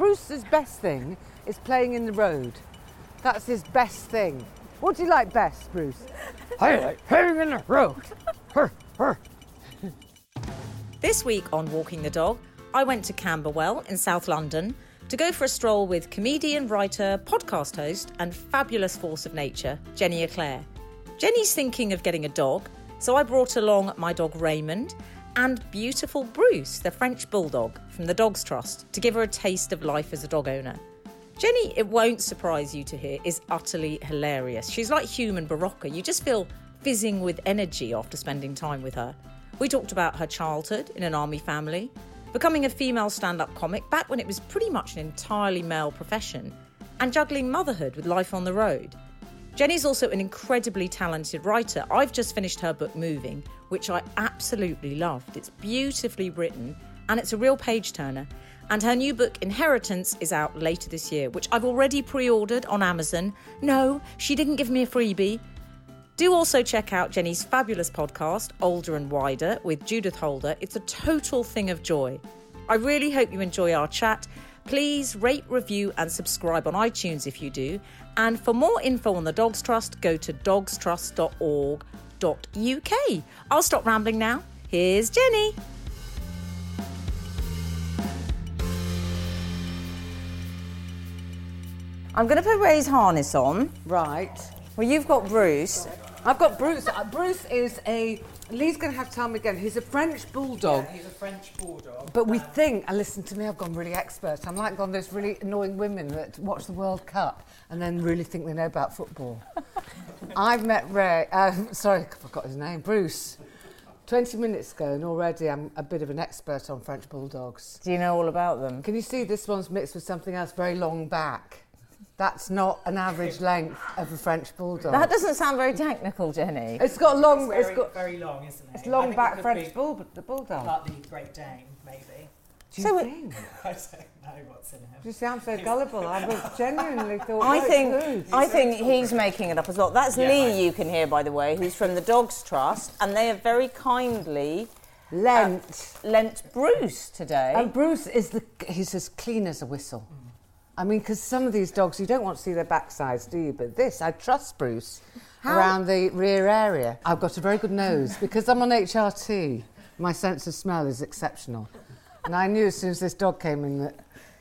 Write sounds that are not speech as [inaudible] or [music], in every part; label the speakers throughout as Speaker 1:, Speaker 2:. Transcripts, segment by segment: Speaker 1: Brewster's best thing is playing in the road. That's his best thing. What do you like best, Bruce?
Speaker 2: I like playing in the road. Hur, hur.
Speaker 3: This week on Walking the Dog, I went to Camberwell in South London to go for a stroll with comedian, writer, podcast host, and fabulous force of nature, Jenny Eclair. Jenny's thinking of getting a dog, so I brought along my dog Raymond and beautiful Bruce, the French bulldog from the Dogs Trust, to give her a taste of life as a dog owner. Jenny, it won't surprise you to hear, is utterly hilarious. She's like human Barocca. You just feel fizzing with energy after spending time with her. We talked about her childhood in an army family, becoming a female stand up comic back when it was pretty much an entirely male profession, and juggling motherhood with life on the road. Jenny's also an incredibly talented writer. I've just finished her book Moving, which I absolutely loved. It's beautifully written and it's a real page turner. And her new book Inheritance is out later this year, which I've already pre ordered on Amazon. No, she didn't give me a freebie. Do also check out Jenny's fabulous podcast, Older and Wider, with Judith Holder. It's a total thing of joy. I really hope you enjoy our chat. Please rate, review, and subscribe on iTunes if you do. And for more info on the Dogs Trust, go to dogstrust.org.uk. I'll stop rambling now. Here's Jenny. I'm going to put Ray's harness on.
Speaker 1: Right.
Speaker 3: Well, you've got Bruce.
Speaker 1: I've got Bruce. Uh, Bruce is a. Lee's going to have to tell me again. He's a French bulldog.
Speaker 4: He's a French bulldog. Um,
Speaker 1: But we think, and listen to me, I've gone really expert. I'm like one of those really annoying women that watch the World Cup and then really think they know about
Speaker 4: [laughs]
Speaker 1: football. I've met Ray, um, sorry, I forgot his name, Bruce, 20 minutes ago, and already I'm a bit of an expert on French bulldogs.
Speaker 3: Do you know all about them?
Speaker 1: Can you see this one's mixed with something else very long back? That's not an average length of a French bulldog.
Speaker 3: That doesn't sound very technical, Jenny.
Speaker 1: it's got long.
Speaker 4: It's very,
Speaker 1: it's got
Speaker 4: very long, isn't it?
Speaker 1: it's
Speaker 4: I
Speaker 1: long
Speaker 4: think
Speaker 1: back
Speaker 4: it
Speaker 1: French
Speaker 4: could be
Speaker 1: bull, the bulldog.
Speaker 4: Like the Great Dane, maybe. [laughs]
Speaker 1: Do you
Speaker 3: So it-
Speaker 1: think?
Speaker 4: I don't know what's in him.
Speaker 1: You sound so gullible. I was [laughs] genuinely thought.
Speaker 3: I
Speaker 1: "Oh, it's
Speaker 3: think
Speaker 1: good."
Speaker 3: I think he's making it up as well. That's
Speaker 4: Yeah,
Speaker 3: Lee,
Speaker 4: I-
Speaker 3: you can hear by the way, who's from the Dogs Trust, and they have very kindly
Speaker 1: Lent
Speaker 3: lent Bruce today.
Speaker 1: and Bruce is the he's as clean as a whistle. I mean, because some of these dogs, you don't want to see their backsides, do you? But this, I trust Bruce around the rear area. I've got a very good nose because I'm on HRT. My sense of smell is exceptional, and I knew as soon as this dog came in the,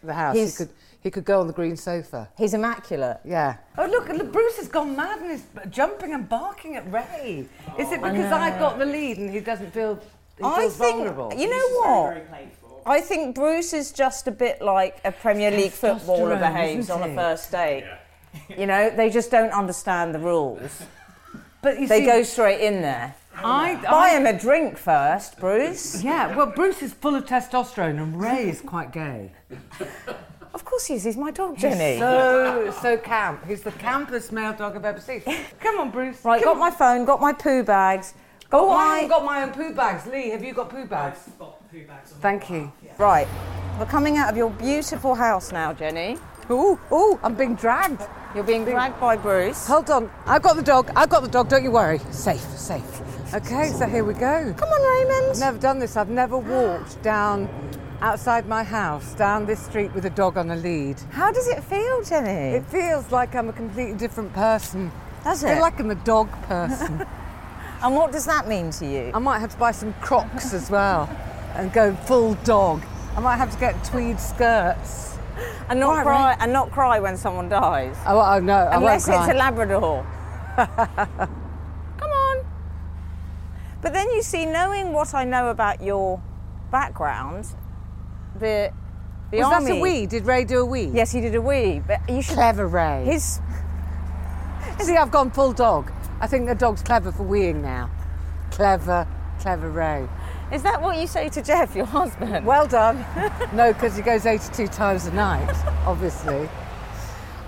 Speaker 1: the house,
Speaker 3: He's-
Speaker 1: he could he could go on the green sofa.
Speaker 3: he's immaculate.
Speaker 1: Yeah. Oh, look, look, Bruce has gone mad and is b- jumping and barking at Ray. Is it because Oh, I, got the lead and he doesn't feel he
Speaker 3: I
Speaker 1: feels
Speaker 3: think
Speaker 1: vulnerable?
Speaker 3: you
Speaker 4: He's
Speaker 3: know
Speaker 4: just
Speaker 3: what.
Speaker 4: Very, very playful.
Speaker 3: I think Bruce is just a bit like a Premier League footballer
Speaker 1: Testosterone,
Speaker 3: behaves
Speaker 1: isn't
Speaker 3: on a
Speaker 1: he?
Speaker 3: first date. you know, they just don't understand the rules.
Speaker 1: but you
Speaker 3: They
Speaker 1: see,
Speaker 3: go straight in there.
Speaker 1: I,
Speaker 3: Buy
Speaker 1: I-
Speaker 3: him a drink first, Bruce.
Speaker 1: Yeah, well, Bruce is full of testosterone and Ray is quite gay.
Speaker 3: of course he is. He's my dog, Jenny.
Speaker 1: So, so camp. He's the campest male dog I've ever seen. Come on, Bruce.
Speaker 3: right,
Speaker 1: Come
Speaker 3: got my phone, got my poo bags, got
Speaker 1: Oh, I
Speaker 3: my
Speaker 1: haven't got my own poo bags. Lee, have you got poo bags?
Speaker 4: I've got poo bags on
Speaker 1: Thank you.
Speaker 3: Right, we're coming out of your beautiful house now, Jenny.
Speaker 1: Ooh, ooh, I'm being dragged.
Speaker 3: You're being dragged by Bruce.
Speaker 1: Hold on. I've got the dog. I've got the dog. Don't you worry. Safe, safe. Okay, so here we go.
Speaker 3: Come on, Raymond.
Speaker 1: I've never done this. I've never walked down outside my house, down this street with a dog on a lead.
Speaker 3: How does it feel, Jenny?
Speaker 1: It feels like I'm a completely different person.
Speaker 3: Does
Speaker 1: I
Speaker 3: it?
Speaker 1: feel like I'm a dog person.
Speaker 3: and what does that mean to you?
Speaker 1: I might have to buy some crocs as well and go full dog. I might have to get tweed skirts.
Speaker 3: and not
Speaker 1: Oh, Right,
Speaker 3: cry. And not cry when someone dies,
Speaker 1: Oh, oh no, I won't
Speaker 3: unless
Speaker 1: cry.
Speaker 3: it's a
Speaker 1: [laughs]
Speaker 3: Labrador. Come on. But then you see, knowing what I know about your background, the the
Speaker 1: Was
Speaker 3: army.
Speaker 1: that a wee? Did Ray do a wee?
Speaker 3: Yes, he did a wee, but you should.
Speaker 1: Clever Ray.
Speaker 3: His
Speaker 1: See, I've gone full dog. I think the dog's clever for weeing now. Clever, clever Ray.
Speaker 3: is that what you say to Jeff, your husband?
Speaker 1: Well done. [laughs] no, because he goes 82 times a
Speaker 3: [laughs]
Speaker 1: night, obviously.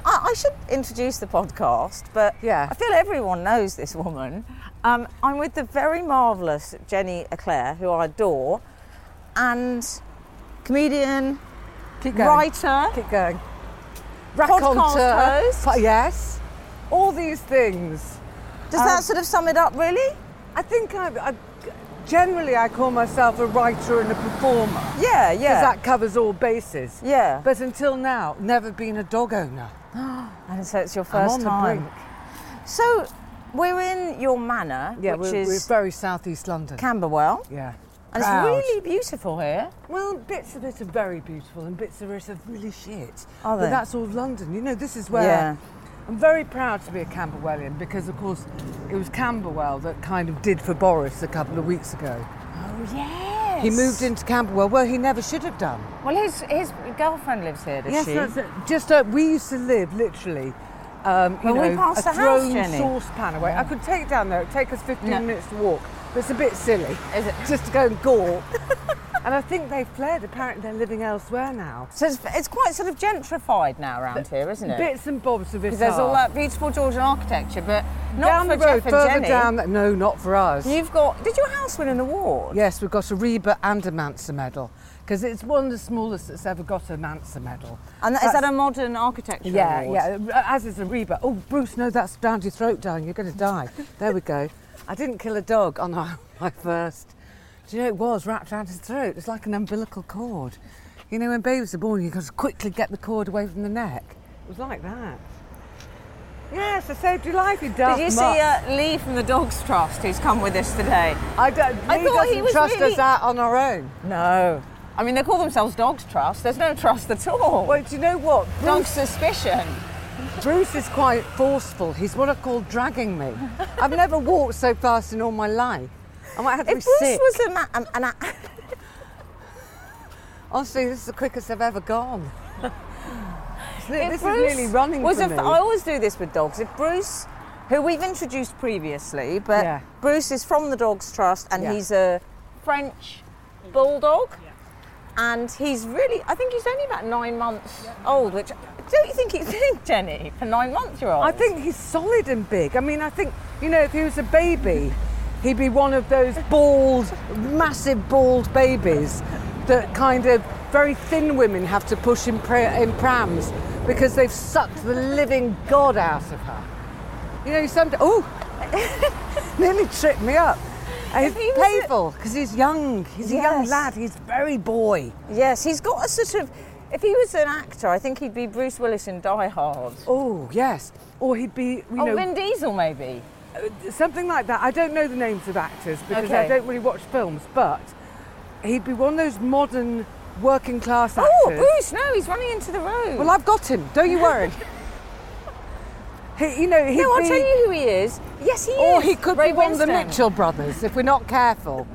Speaker 3: I, I should introduce the podcast, but
Speaker 1: Yeah.
Speaker 3: I feel everyone knows this woman. Um, I'm with the very marvellous Jenny Eclair, who I adore, and comedian,
Speaker 1: Keep going.
Speaker 3: writer,
Speaker 1: Keep going.
Speaker 3: podcast host.
Speaker 1: But yes. All these things.
Speaker 3: Um, Does that sort of sum it up, really?
Speaker 1: I think I, I generally I call myself a writer and a performer.
Speaker 3: Yeah, yeah.
Speaker 1: Because that covers all bases.
Speaker 3: Yeah.
Speaker 1: But until now, never been a dog owner.
Speaker 3: and so it's your 1st
Speaker 1: I'm on the
Speaker 3: time.
Speaker 1: brink.
Speaker 3: So we're in your manor,
Speaker 1: Yeah,
Speaker 3: which
Speaker 1: we're,
Speaker 3: is
Speaker 1: we're very southeast London.
Speaker 3: Camberwell,
Speaker 1: yeah.
Speaker 3: and
Speaker 1: Proud.
Speaker 3: it's really beautiful here.
Speaker 1: Well, bits of it are very beautiful and bits of it are really shit.
Speaker 3: Are
Speaker 1: But
Speaker 3: they?
Speaker 1: that's all London. You know, this is where
Speaker 3: Yeah.
Speaker 1: I'm very proud to be a Camberwellian because, of course, it was Camberwell that kind of did for Boris a couple of weeks ago.
Speaker 3: Oh yes.
Speaker 1: He moved into Camberwell where he never should have done.
Speaker 3: Well, his his girlfriend lives here, does
Speaker 1: yes,
Speaker 3: she?
Speaker 1: that's it. Just uh, we used to live literally. Um, you
Speaker 3: Well, we
Speaker 1: know,
Speaker 3: passed
Speaker 1: a
Speaker 3: the house,
Speaker 1: thrown
Speaker 3: Jenny.
Speaker 1: saucepan away. I could take it down there. It'd take us 15
Speaker 3: No.
Speaker 1: minutes to walk. But it's a bit silly.
Speaker 3: Is it?
Speaker 1: [laughs] Just to go and
Speaker 3: [laughs]
Speaker 1: gawk. and I think they fled. Apparently they're living elsewhere now.
Speaker 3: So it's, it's quite sort of gentrified now around here, isn't it?
Speaker 1: Bits and bobs of it.
Speaker 3: Because there's all
Speaker 1: are.
Speaker 3: that beautiful Georgian architecture, but not
Speaker 1: Oh. down
Speaker 3: for
Speaker 1: the road,
Speaker 3: Jeff and
Speaker 1: further
Speaker 3: Jenny.
Speaker 1: down. The, no, not for us.
Speaker 3: You've got. Did your house win an award?
Speaker 1: Yes, we've got a Reba and a Mansa medal because it's one of the smallest that's ever got a Mansa medal.
Speaker 3: And that, is that
Speaker 1: That's-
Speaker 3: a modern architecture
Speaker 1: Yeah,
Speaker 3: award?
Speaker 1: yeah. As is a Reba. Oh, Bruce, no, that's down your throat, darling. You're going to die. there we go. I didn't kill a dog on our, [laughs] my first. Do you know it was wrapped around his throat? It's like an umbilical cord. You know, when babies are born, you've got to quickly get the cord away from the neck. It was like that. Yes, I saved your life, you dark
Speaker 3: Did you see
Speaker 1: mutt.
Speaker 3: uh, Lee from the Dogs Trust who's come with us today?
Speaker 1: I don't.
Speaker 3: I
Speaker 1: Lee
Speaker 3: thought he
Speaker 1: doesn't
Speaker 3: was
Speaker 1: trust
Speaker 3: really-
Speaker 1: us out on our own.
Speaker 3: No. I mean, they call themselves Dogs Trust. There's no trust at all.
Speaker 1: Well, do you know what?
Speaker 3: Dog
Speaker 1: Bruce,
Speaker 3: suspicion.
Speaker 1: Bruce is quite forceful. He's what I call dragging
Speaker 3: [laughs]
Speaker 1: me. I've never walked so fast in all my life. I might have to be
Speaker 3: If Bruce
Speaker 1: sick.
Speaker 3: was a ma- an, an, a-
Speaker 1: Honestly, this is the quickest I've ever gone.
Speaker 3: [laughs] if
Speaker 1: this
Speaker 3: Bruce
Speaker 1: is really running
Speaker 3: was
Speaker 1: for
Speaker 3: a-
Speaker 1: me.
Speaker 3: I always do this with dogs. If Bruce, who we've introduced previously, but
Speaker 1: Yeah.
Speaker 3: Bruce is from the Dogs Trust and
Speaker 1: Yeah.
Speaker 3: he's a French bulldog. And he's really, I think he's only about nine months old, which don't you think [laughs] he's big, Jenny, for nine months you're old?
Speaker 1: I think he's solid and big. I mean, I think you know, if he was a baby, he'd be one of those bald, massive bald babies that kind of very thin women have to push in, pra- in prams because they've sucked the living god out of her. You know, sometimes
Speaker 3: [laughs]
Speaker 1: oh, nearly tripped me up. And
Speaker 3: If he
Speaker 1: it's
Speaker 3: was a-
Speaker 1: playful because he's young. He's a young
Speaker 3: Yes.
Speaker 1: lad. He's very boy.
Speaker 3: Yes, he's got a sort of. If he was an actor, I think he'd be Bruce Willis in Die Hard.
Speaker 1: Oh yes, or he'd be you
Speaker 3: oh,
Speaker 1: know
Speaker 3: Vin Diesel, maybe.
Speaker 1: something like that. I don't know the names of actors because I
Speaker 3: Okay.
Speaker 1: don't really watch films, but he'd be one of those modern working class actors.
Speaker 3: Oh, Bruce! No, he's running into the road.
Speaker 1: Well, I've got him. Don't you
Speaker 3: [laughs]
Speaker 1: worry. he, you know, he'd
Speaker 3: no, I'll
Speaker 1: be,
Speaker 3: tell you who he is. Yes, he
Speaker 1: or
Speaker 3: is.
Speaker 1: he could
Speaker 3: Ray
Speaker 1: be one of the
Speaker 3: Winstone.
Speaker 1: Mitchell brothers if we're not careful.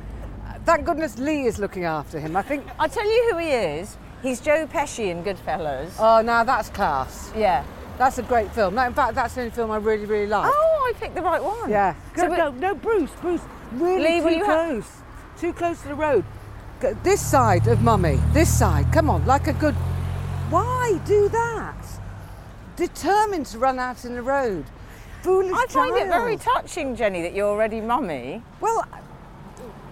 Speaker 1: Thank goodness Lee is looking after him. I think.
Speaker 3: I'll tell you who he is. He's Joe Pesci in Goodfellas.
Speaker 1: Oh, now that's class.
Speaker 3: yeah.
Speaker 1: That's a great film. No, in fact, that's the only film I really, really like.
Speaker 3: Oh, I picked the right one.
Speaker 1: Yeah.
Speaker 3: So
Speaker 1: Go-
Speaker 3: we-
Speaker 1: no, no, Bruce, Bruce, really
Speaker 3: Lee, will
Speaker 1: too
Speaker 3: you ha-
Speaker 1: close. too close to the road. Go, this side of Mummy, this side. Come on, like a good. Why do that? Determined to run out in the road. Foolish
Speaker 3: I find it very
Speaker 1: child.
Speaker 3: touching, Jenny, that you're already mummy.
Speaker 1: well,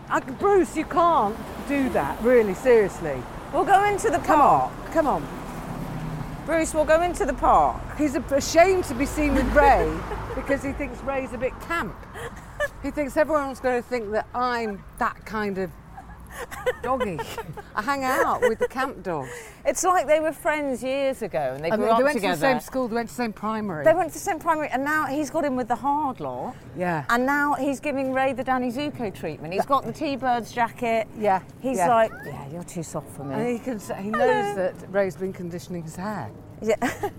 Speaker 1: I, Bruce, you can't do that, really, seriously.
Speaker 3: We'll go into the
Speaker 1: Come
Speaker 3: park.
Speaker 1: on, come on.
Speaker 3: Bruce, we'll go into the park.
Speaker 1: He's a- ashamed to be seen with Ray because he thinks Ray's a bit camp. He thinks everyone's going to think that I'm that kind of doggy. I hang out with the camp dogs.
Speaker 3: It's like they were friends years ago and they
Speaker 1: And
Speaker 3: grew
Speaker 1: they,
Speaker 3: up
Speaker 1: they went
Speaker 3: together.
Speaker 1: to the same school, they went to the same primary.
Speaker 3: They went to the same primary, and now he's got him with the hard law.
Speaker 1: Yeah.
Speaker 3: And now he's giving Ray the Danny Zuko treatment. He's got the T-Birds jacket.
Speaker 1: Yeah,
Speaker 3: He's
Speaker 1: yeah.
Speaker 3: like, yeah, you're too soft for
Speaker 1: and
Speaker 3: me.
Speaker 1: he, can, s- he knows that Ray's been conditioning his hair.
Speaker 3: Yeah.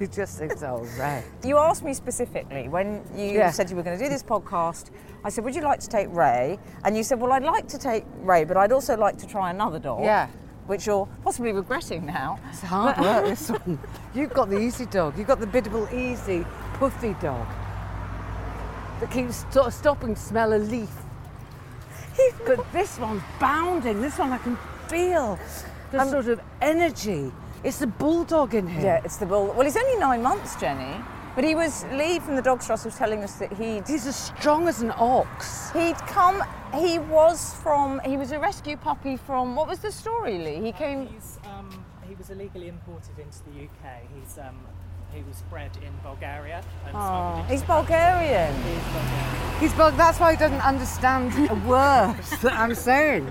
Speaker 1: He just thinks, oh, Ray.
Speaker 3: you asked me specifically when you
Speaker 1: Yeah.
Speaker 3: said you were going to do this podcast. I said, would you like to take Ray? And you said, well, I'd like to take Ray, but I'd also like to try another dog.
Speaker 1: Yeah.
Speaker 3: Which you're possibly regretting now.
Speaker 1: It's hard work, this one. You've got the easy dog. You've got the biddable, easy, puffy dog that keeps st- stopping to smell a leaf. but this one's bounding. This one I can feel the sort of energy. It's the bulldog in him.
Speaker 3: Yeah, it's the bull. Well, he's only nine months, Jenny. But he was Lee from the Dog Trust was telling us that he'd
Speaker 1: He's as strong as an ox.
Speaker 3: He'd come. He was from. He was a rescue puppy from. What was the story, Lee? He came.
Speaker 4: He's, um, he was illegally imported into the UK. He's um, who was bred in Bulgaria. And
Speaker 3: Oh,
Speaker 4: smuggled
Speaker 3: he's
Speaker 4: into
Speaker 3: Bulgarian.
Speaker 4: He's Bulgarian.
Speaker 1: He's bug. That's why he doesn't understand a word [laughs] that I'm saying.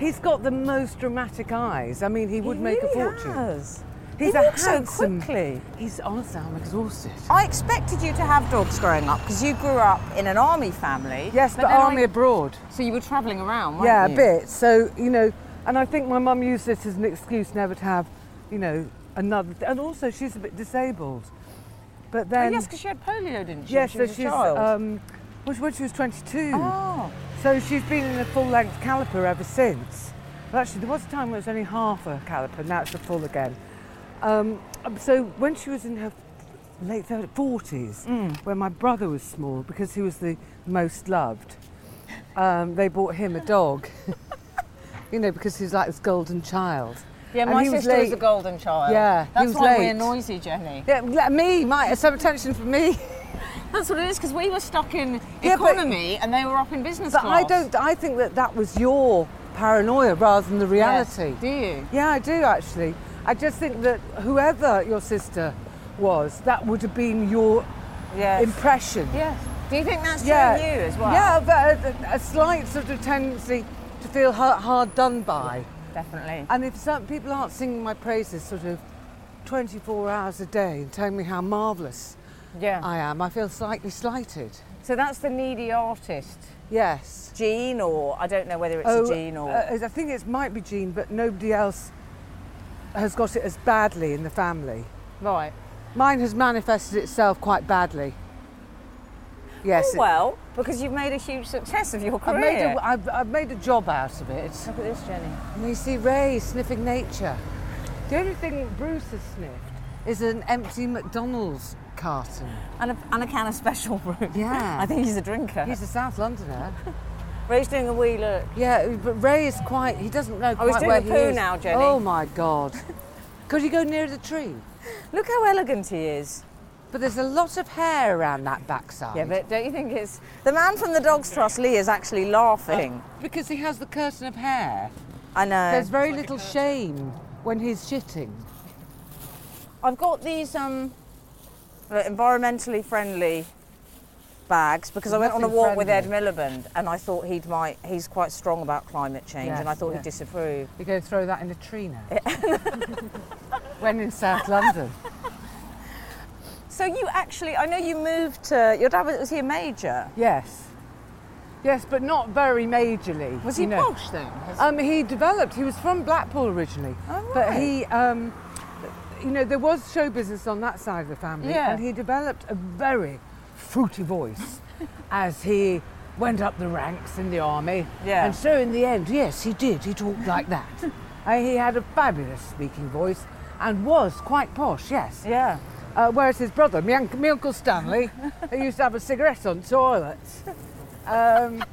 Speaker 1: He's got the most dramatic eyes. I mean, he would make a fortune.
Speaker 3: Has.
Speaker 1: He's
Speaker 3: he
Speaker 1: a
Speaker 3: walks
Speaker 1: handsome.
Speaker 3: so quickly.
Speaker 1: He's honestly, I'm exhausted.
Speaker 3: I expected you to have dogs growing up because you grew up in an army family.
Speaker 1: Yes, but,
Speaker 3: then I-
Speaker 1: army abroad.
Speaker 3: So you were travelling around, weren't
Speaker 1: Yeah,
Speaker 3: you?
Speaker 1: a bit. So you know, and I think my mum used this as an excuse never to have, you know, another. And also, she's a bit disabled. But
Speaker 3: Oh,
Speaker 1: then,
Speaker 3: yes, because she had polio, didn't she?
Speaker 1: yeah,
Speaker 3: she
Speaker 1: so
Speaker 3: was
Speaker 1: she's
Speaker 3: a child.
Speaker 1: um, well, she- when she was 22.
Speaker 3: oh,
Speaker 1: So she's been in a full-length caliper ever since. Well, actually, there was a time when it was only half a caliper. Now it's a full again. Um, um, so when she was in her late 30s, 40s,
Speaker 3: Mm.
Speaker 1: when my brother was small, because he was the most loved, um, they bought him a dog. [laughs] you know, because he's like this golden child.
Speaker 3: yeah.
Speaker 1: And
Speaker 3: My
Speaker 1: he was
Speaker 3: sister was a
Speaker 1: late.
Speaker 3: golden child.
Speaker 1: Yeah, he
Speaker 3: that's
Speaker 1: was
Speaker 3: why we
Speaker 1: late.
Speaker 3: annoys you, Jenny.
Speaker 1: Yeah, let me, my, some attention for me.
Speaker 3: That's what it is because we were stuck in
Speaker 1: Yeah, but-
Speaker 3: economy and they were up in business
Speaker 1: But
Speaker 3: class.
Speaker 1: I don't, I think that that was your paranoia rather than the
Speaker 3: Yes,
Speaker 1: reality.
Speaker 3: Do you?
Speaker 1: Yeah, I do actually. I just think that whoever your sister was, that would have been your
Speaker 3: Yes.
Speaker 1: impression.
Speaker 3: yes. Do you think that's
Speaker 1: Yeah.
Speaker 3: true of you as well?
Speaker 1: Yeah, but a, a slight sort of tendency to feel hard, hard done by.
Speaker 3: definitely.
Speaker 1: And if some people aren't singing my praises sort of 24 hours a day and telling me how marvellous
Speaker 3: Yeah.
Speaker 1: I am, I feel slightly slighted.
Speaker 3: so that's the needy artist
Speaker 1: Yes.
Speaker 3: gene, or I don't know whether it's a gene or.
Speaker 1: uh, I think it might be Jean, but nobody else has got it as badly in the family.
Speaker 3: right.
Speaker 1: Mine has manifested itself quite badly. Yes.
Speaker 3: Oh, well, because you've made a huge success of your
Speaker 1: I've
Speaker 3: career.
Speaker 1: made, a, I've, I've made a job out of it.
Speaker 3: Look at this, Jenny.
Speaker 1: And you see Ray sniffing nature. The only thing Bruce has sniffed is an empty McDonald's carton.
Speaker 3: And a, and a can of special brew.
Speaker 1: Yeah.
Speaker 3: [laughs] I think he's a drinker.
Speaker 1: He's a South Londoner.
Speaker 3: Ray's doing a wee look.
Speaker 1: Yeah, but Ray is quite, he doesn't know
Speaker 3: Oh, he's
Speaker 1: quite
Speaker 3: doing
Speaker 1: where
Speaker 3: a
Speaker 1: he
Speaker 3: poo
Speaker 1: is.
Speaker 3: now, Jenny.
Speaker 1: Oh my
Speaker 3: [laughs]
Speaker 1: God. Could you go near the tree?
Speaker 3: Look how elegant he is.
Speaker 1: But there's a lot of hair around that backside.
Speaker 3: Yeah, but don't you think it's. The man from the Dogs Trust, Lee, is actually laughing.
Speaker 1: Because he has the curtain of hair.
Speaker 3: I know.
Speaker 1: There's very little shame when he's shitting.
Speaker 3: I've got these um, uh, environmentally friendly bags because I went on a
Speaker 1: Nothing
Speaker 3: walk with Ed
Speaker 1: friendly.
Speaker 3: Miliband and I thought he'd might he's quite strong about climate change and I
Speaker 1: Yes,
Speaker 3: thought
Speaker 1: yeah.
Speaker 3: he'd disapprove.
Speaker 1: You're going to throw that in a tree now. [laughs] when in South London.
Speaker 3: So you actually, I know you moved to your dad was, was he a major?
Speaker 1: Yes. Yes, but not very majorly.
Speaker 3: Was
Speaker 1: you
Speaker 3: he
Speaker 1: know.
Speaker 3: posh then?
Speaker 1: Um, he developed. He was from Blackpool originally,
Speaker 3: Oh,
Speaker 1: but
Speaker 3: right.
Speaker 1: he, um, you know, there was show business on that side of the family,
Speaker 3: Yeah.
Speaker 1: and he developed a very fruity
Speaker 3: [laughs]
Speaker 1: voice as he went up the ranks in the army.
Speaker 3: Yeah.
Speaker 1: And so in the end, yes, he did. He talked like that.
Speaker 3: [laughs]
Speaker 1: and he had a fabulous speaking voice and was quite posh. Yes.
Speaker 3: Yeah.
Speaker 1: Uh, whereas his brother, my, unc- my uncle Stanley, he used to have a cigarette on
Speaker 3: [laughs]
Speaker 1: toilets. Um,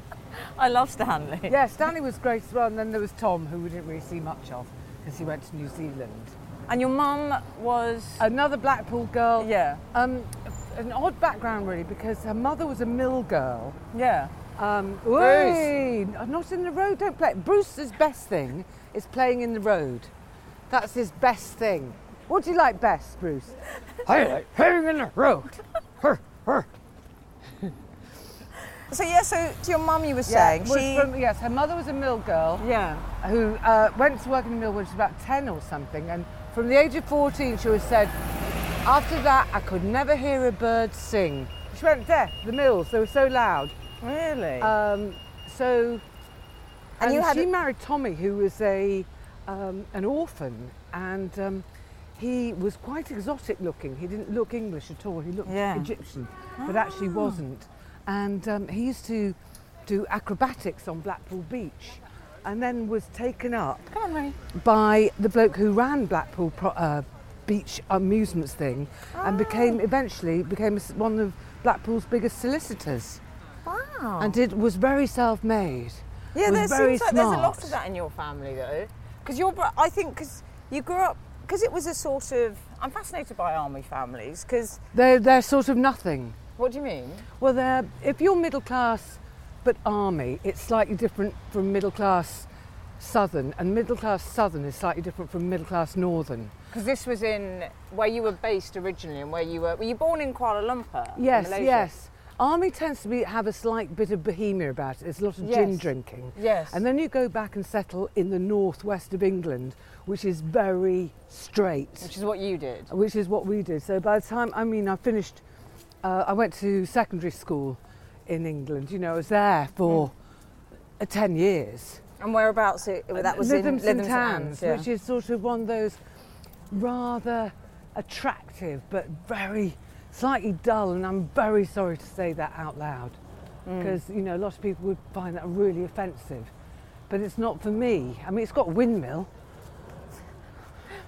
Speaker 3: I love Stanley.
Speaker 1: yeah, Stanley was great as well. And then there was Tom, who we didn't really see much of because he went to New Zealand.
Speaker 3: And your mum was
Speaker 1: Another Blackpool girl.
Speaker 3: yeah
Speaker 1: Um, an odd background, really, because her mother was a mill girl.
Speaker 3: yeah.
Speaker 1: Um,
Speaker 3: Bruce.
Speaker 1: Oi, Not in the road, don't play. Bruce's best thing is playing in the road. That's his best thing. What do you like best, Bruce?
Speaker 2: [laughs] I like playing in the road. Her, her.
Speaker 3: So yeah. So to your mum, you were saying
Speaker 1: was
Speaker 3: she
Speaker 1: from- yes, her mother was a mill girl.
Speaker 3: yeah
Speaker 1: who uh, went to work in the mill when she was about 10 or something. And from the age of 14, she was said, after that, I could never hear a bird sing. She went deaf, the mills, they were so loud.
Speaker 3: really.
Speaker 1: Um, so,
Speaker 3: Uh, And
Speaker 1: and,
Speaker 3: you had
Speaker 1: she
Speaker 3: a-
Speaker 1: married Tommy, who was a, um, an orphan, and um, he was quite exotic looking. He didn't look English at all, he looked
Speaker 3: Yeah. Ah.
Speaker 1: Egyptian, but actually wasn't. And um, he used to do acrobatics on Blackpool Beach and then was taken up
Speaker 3: Come on, Ray.
Speaker 1: by the bloke who ran Blackpool Pro- uh, Beach Amusements thing, and became eventually became s- one of Blackpool's biggest solicitors,
Speaker 3: Wow.
Speaker 1: and it was very self-made.
Speaker 3: Yeah,
Speaker 1: was
Speaker 3: there
Speaker 1: very
Speaker 3: seems like there's a lot
Speaker 1: smart.
Speaker 3: of that in your family, though. Because your, bro- I think, because you grew up, because it was a sort of. I'm fascinated by army families. Because
Speaker 1: They're they're sort of nothing.
Speaker 3: what do you mean?
Speaker 1: Well, they're if you're middle class, but army, it's slightly different from middle class southern, and middle class southern is slightly different from middle class northern.
Speaker 3: Because this was in where you were based originally, and where you were. Were you born in Kuala Lumpur? in
Speaker 1: Yes,
Speaker 3: Malaysia?
Speaker 1: yes. Army tends to be, have a slight bit of bohemia about it. There's a lot of gin
Speaker 3: Yes.
Speaker 1: drinking.
Speaker 3: Yes.
Speaker 1: And then you go back and settle in the northwest of England, which is very straight,
Speaker 3: Which is what you did.
Speaker 1: which is what we did. So by the time, I mean, I finished, uh, I went to secondary school in England. You know, I was there for uh, 10 years.
Speaker 3: And whereabouts? It, that was in
Speaker 1: Lytham St
Speaker 3: Lytham St
Speaker 1: Tans,
Speaker 3: Anne's, yeah.
Speaker 1: which is sort of one of those rather attractive but very slightly dull. And I'm very sorry to say that out loud
Speaker 3: Mm.
Speaker 1: because you know a lot of people would find that really offensive. But it's not for me. I mean, it's got a windmill.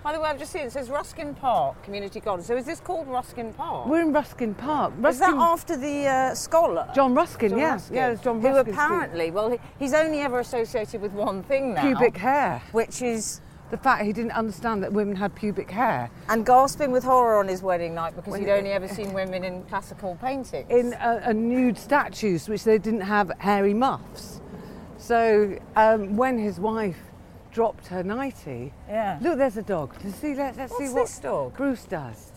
Speaker 3: By the way, I've just seen it says Ruskin Park Community Garden. So is this called Ruskin Park?
Speaker 1: We're in Ruskin Park. Ruskin,
Speaker 3: is that after the uh, scholar?
Speaker 1: John Ruskin,
Speaker 3: John
Speaker 1: yeah,
Speaker 3: Ruskin,
Speaker 1: yeah, it's John
Speaker 3: who
Speaker 1: Ruskin.
Speaker 3: apparently, well, he, he's only ever associated with one thing now,
Speaker 1: pubic hair.
Speaker 3: which is
Speaker 1: The fact he didn't understand that women had pubic hair.
Speaker 3: and gasping with horror on his wedding night because
Speaker 1: When
Speaker 3: he'd
Speaker 1: it-
Speaker 3: only ever seen women in classical paintings.
Speaker 1: in uh, uh, nude statues, which they didn't have hairy muffs. So um, when his wife dropped her nighty,
Speaker 3: Yeah.
Speaker 1: look, there's a dog. Let's see, let, us see
Speaker 3: What's
Speaker 1: what
Speaker 3: this dog?
Speaker 1: Bruce does.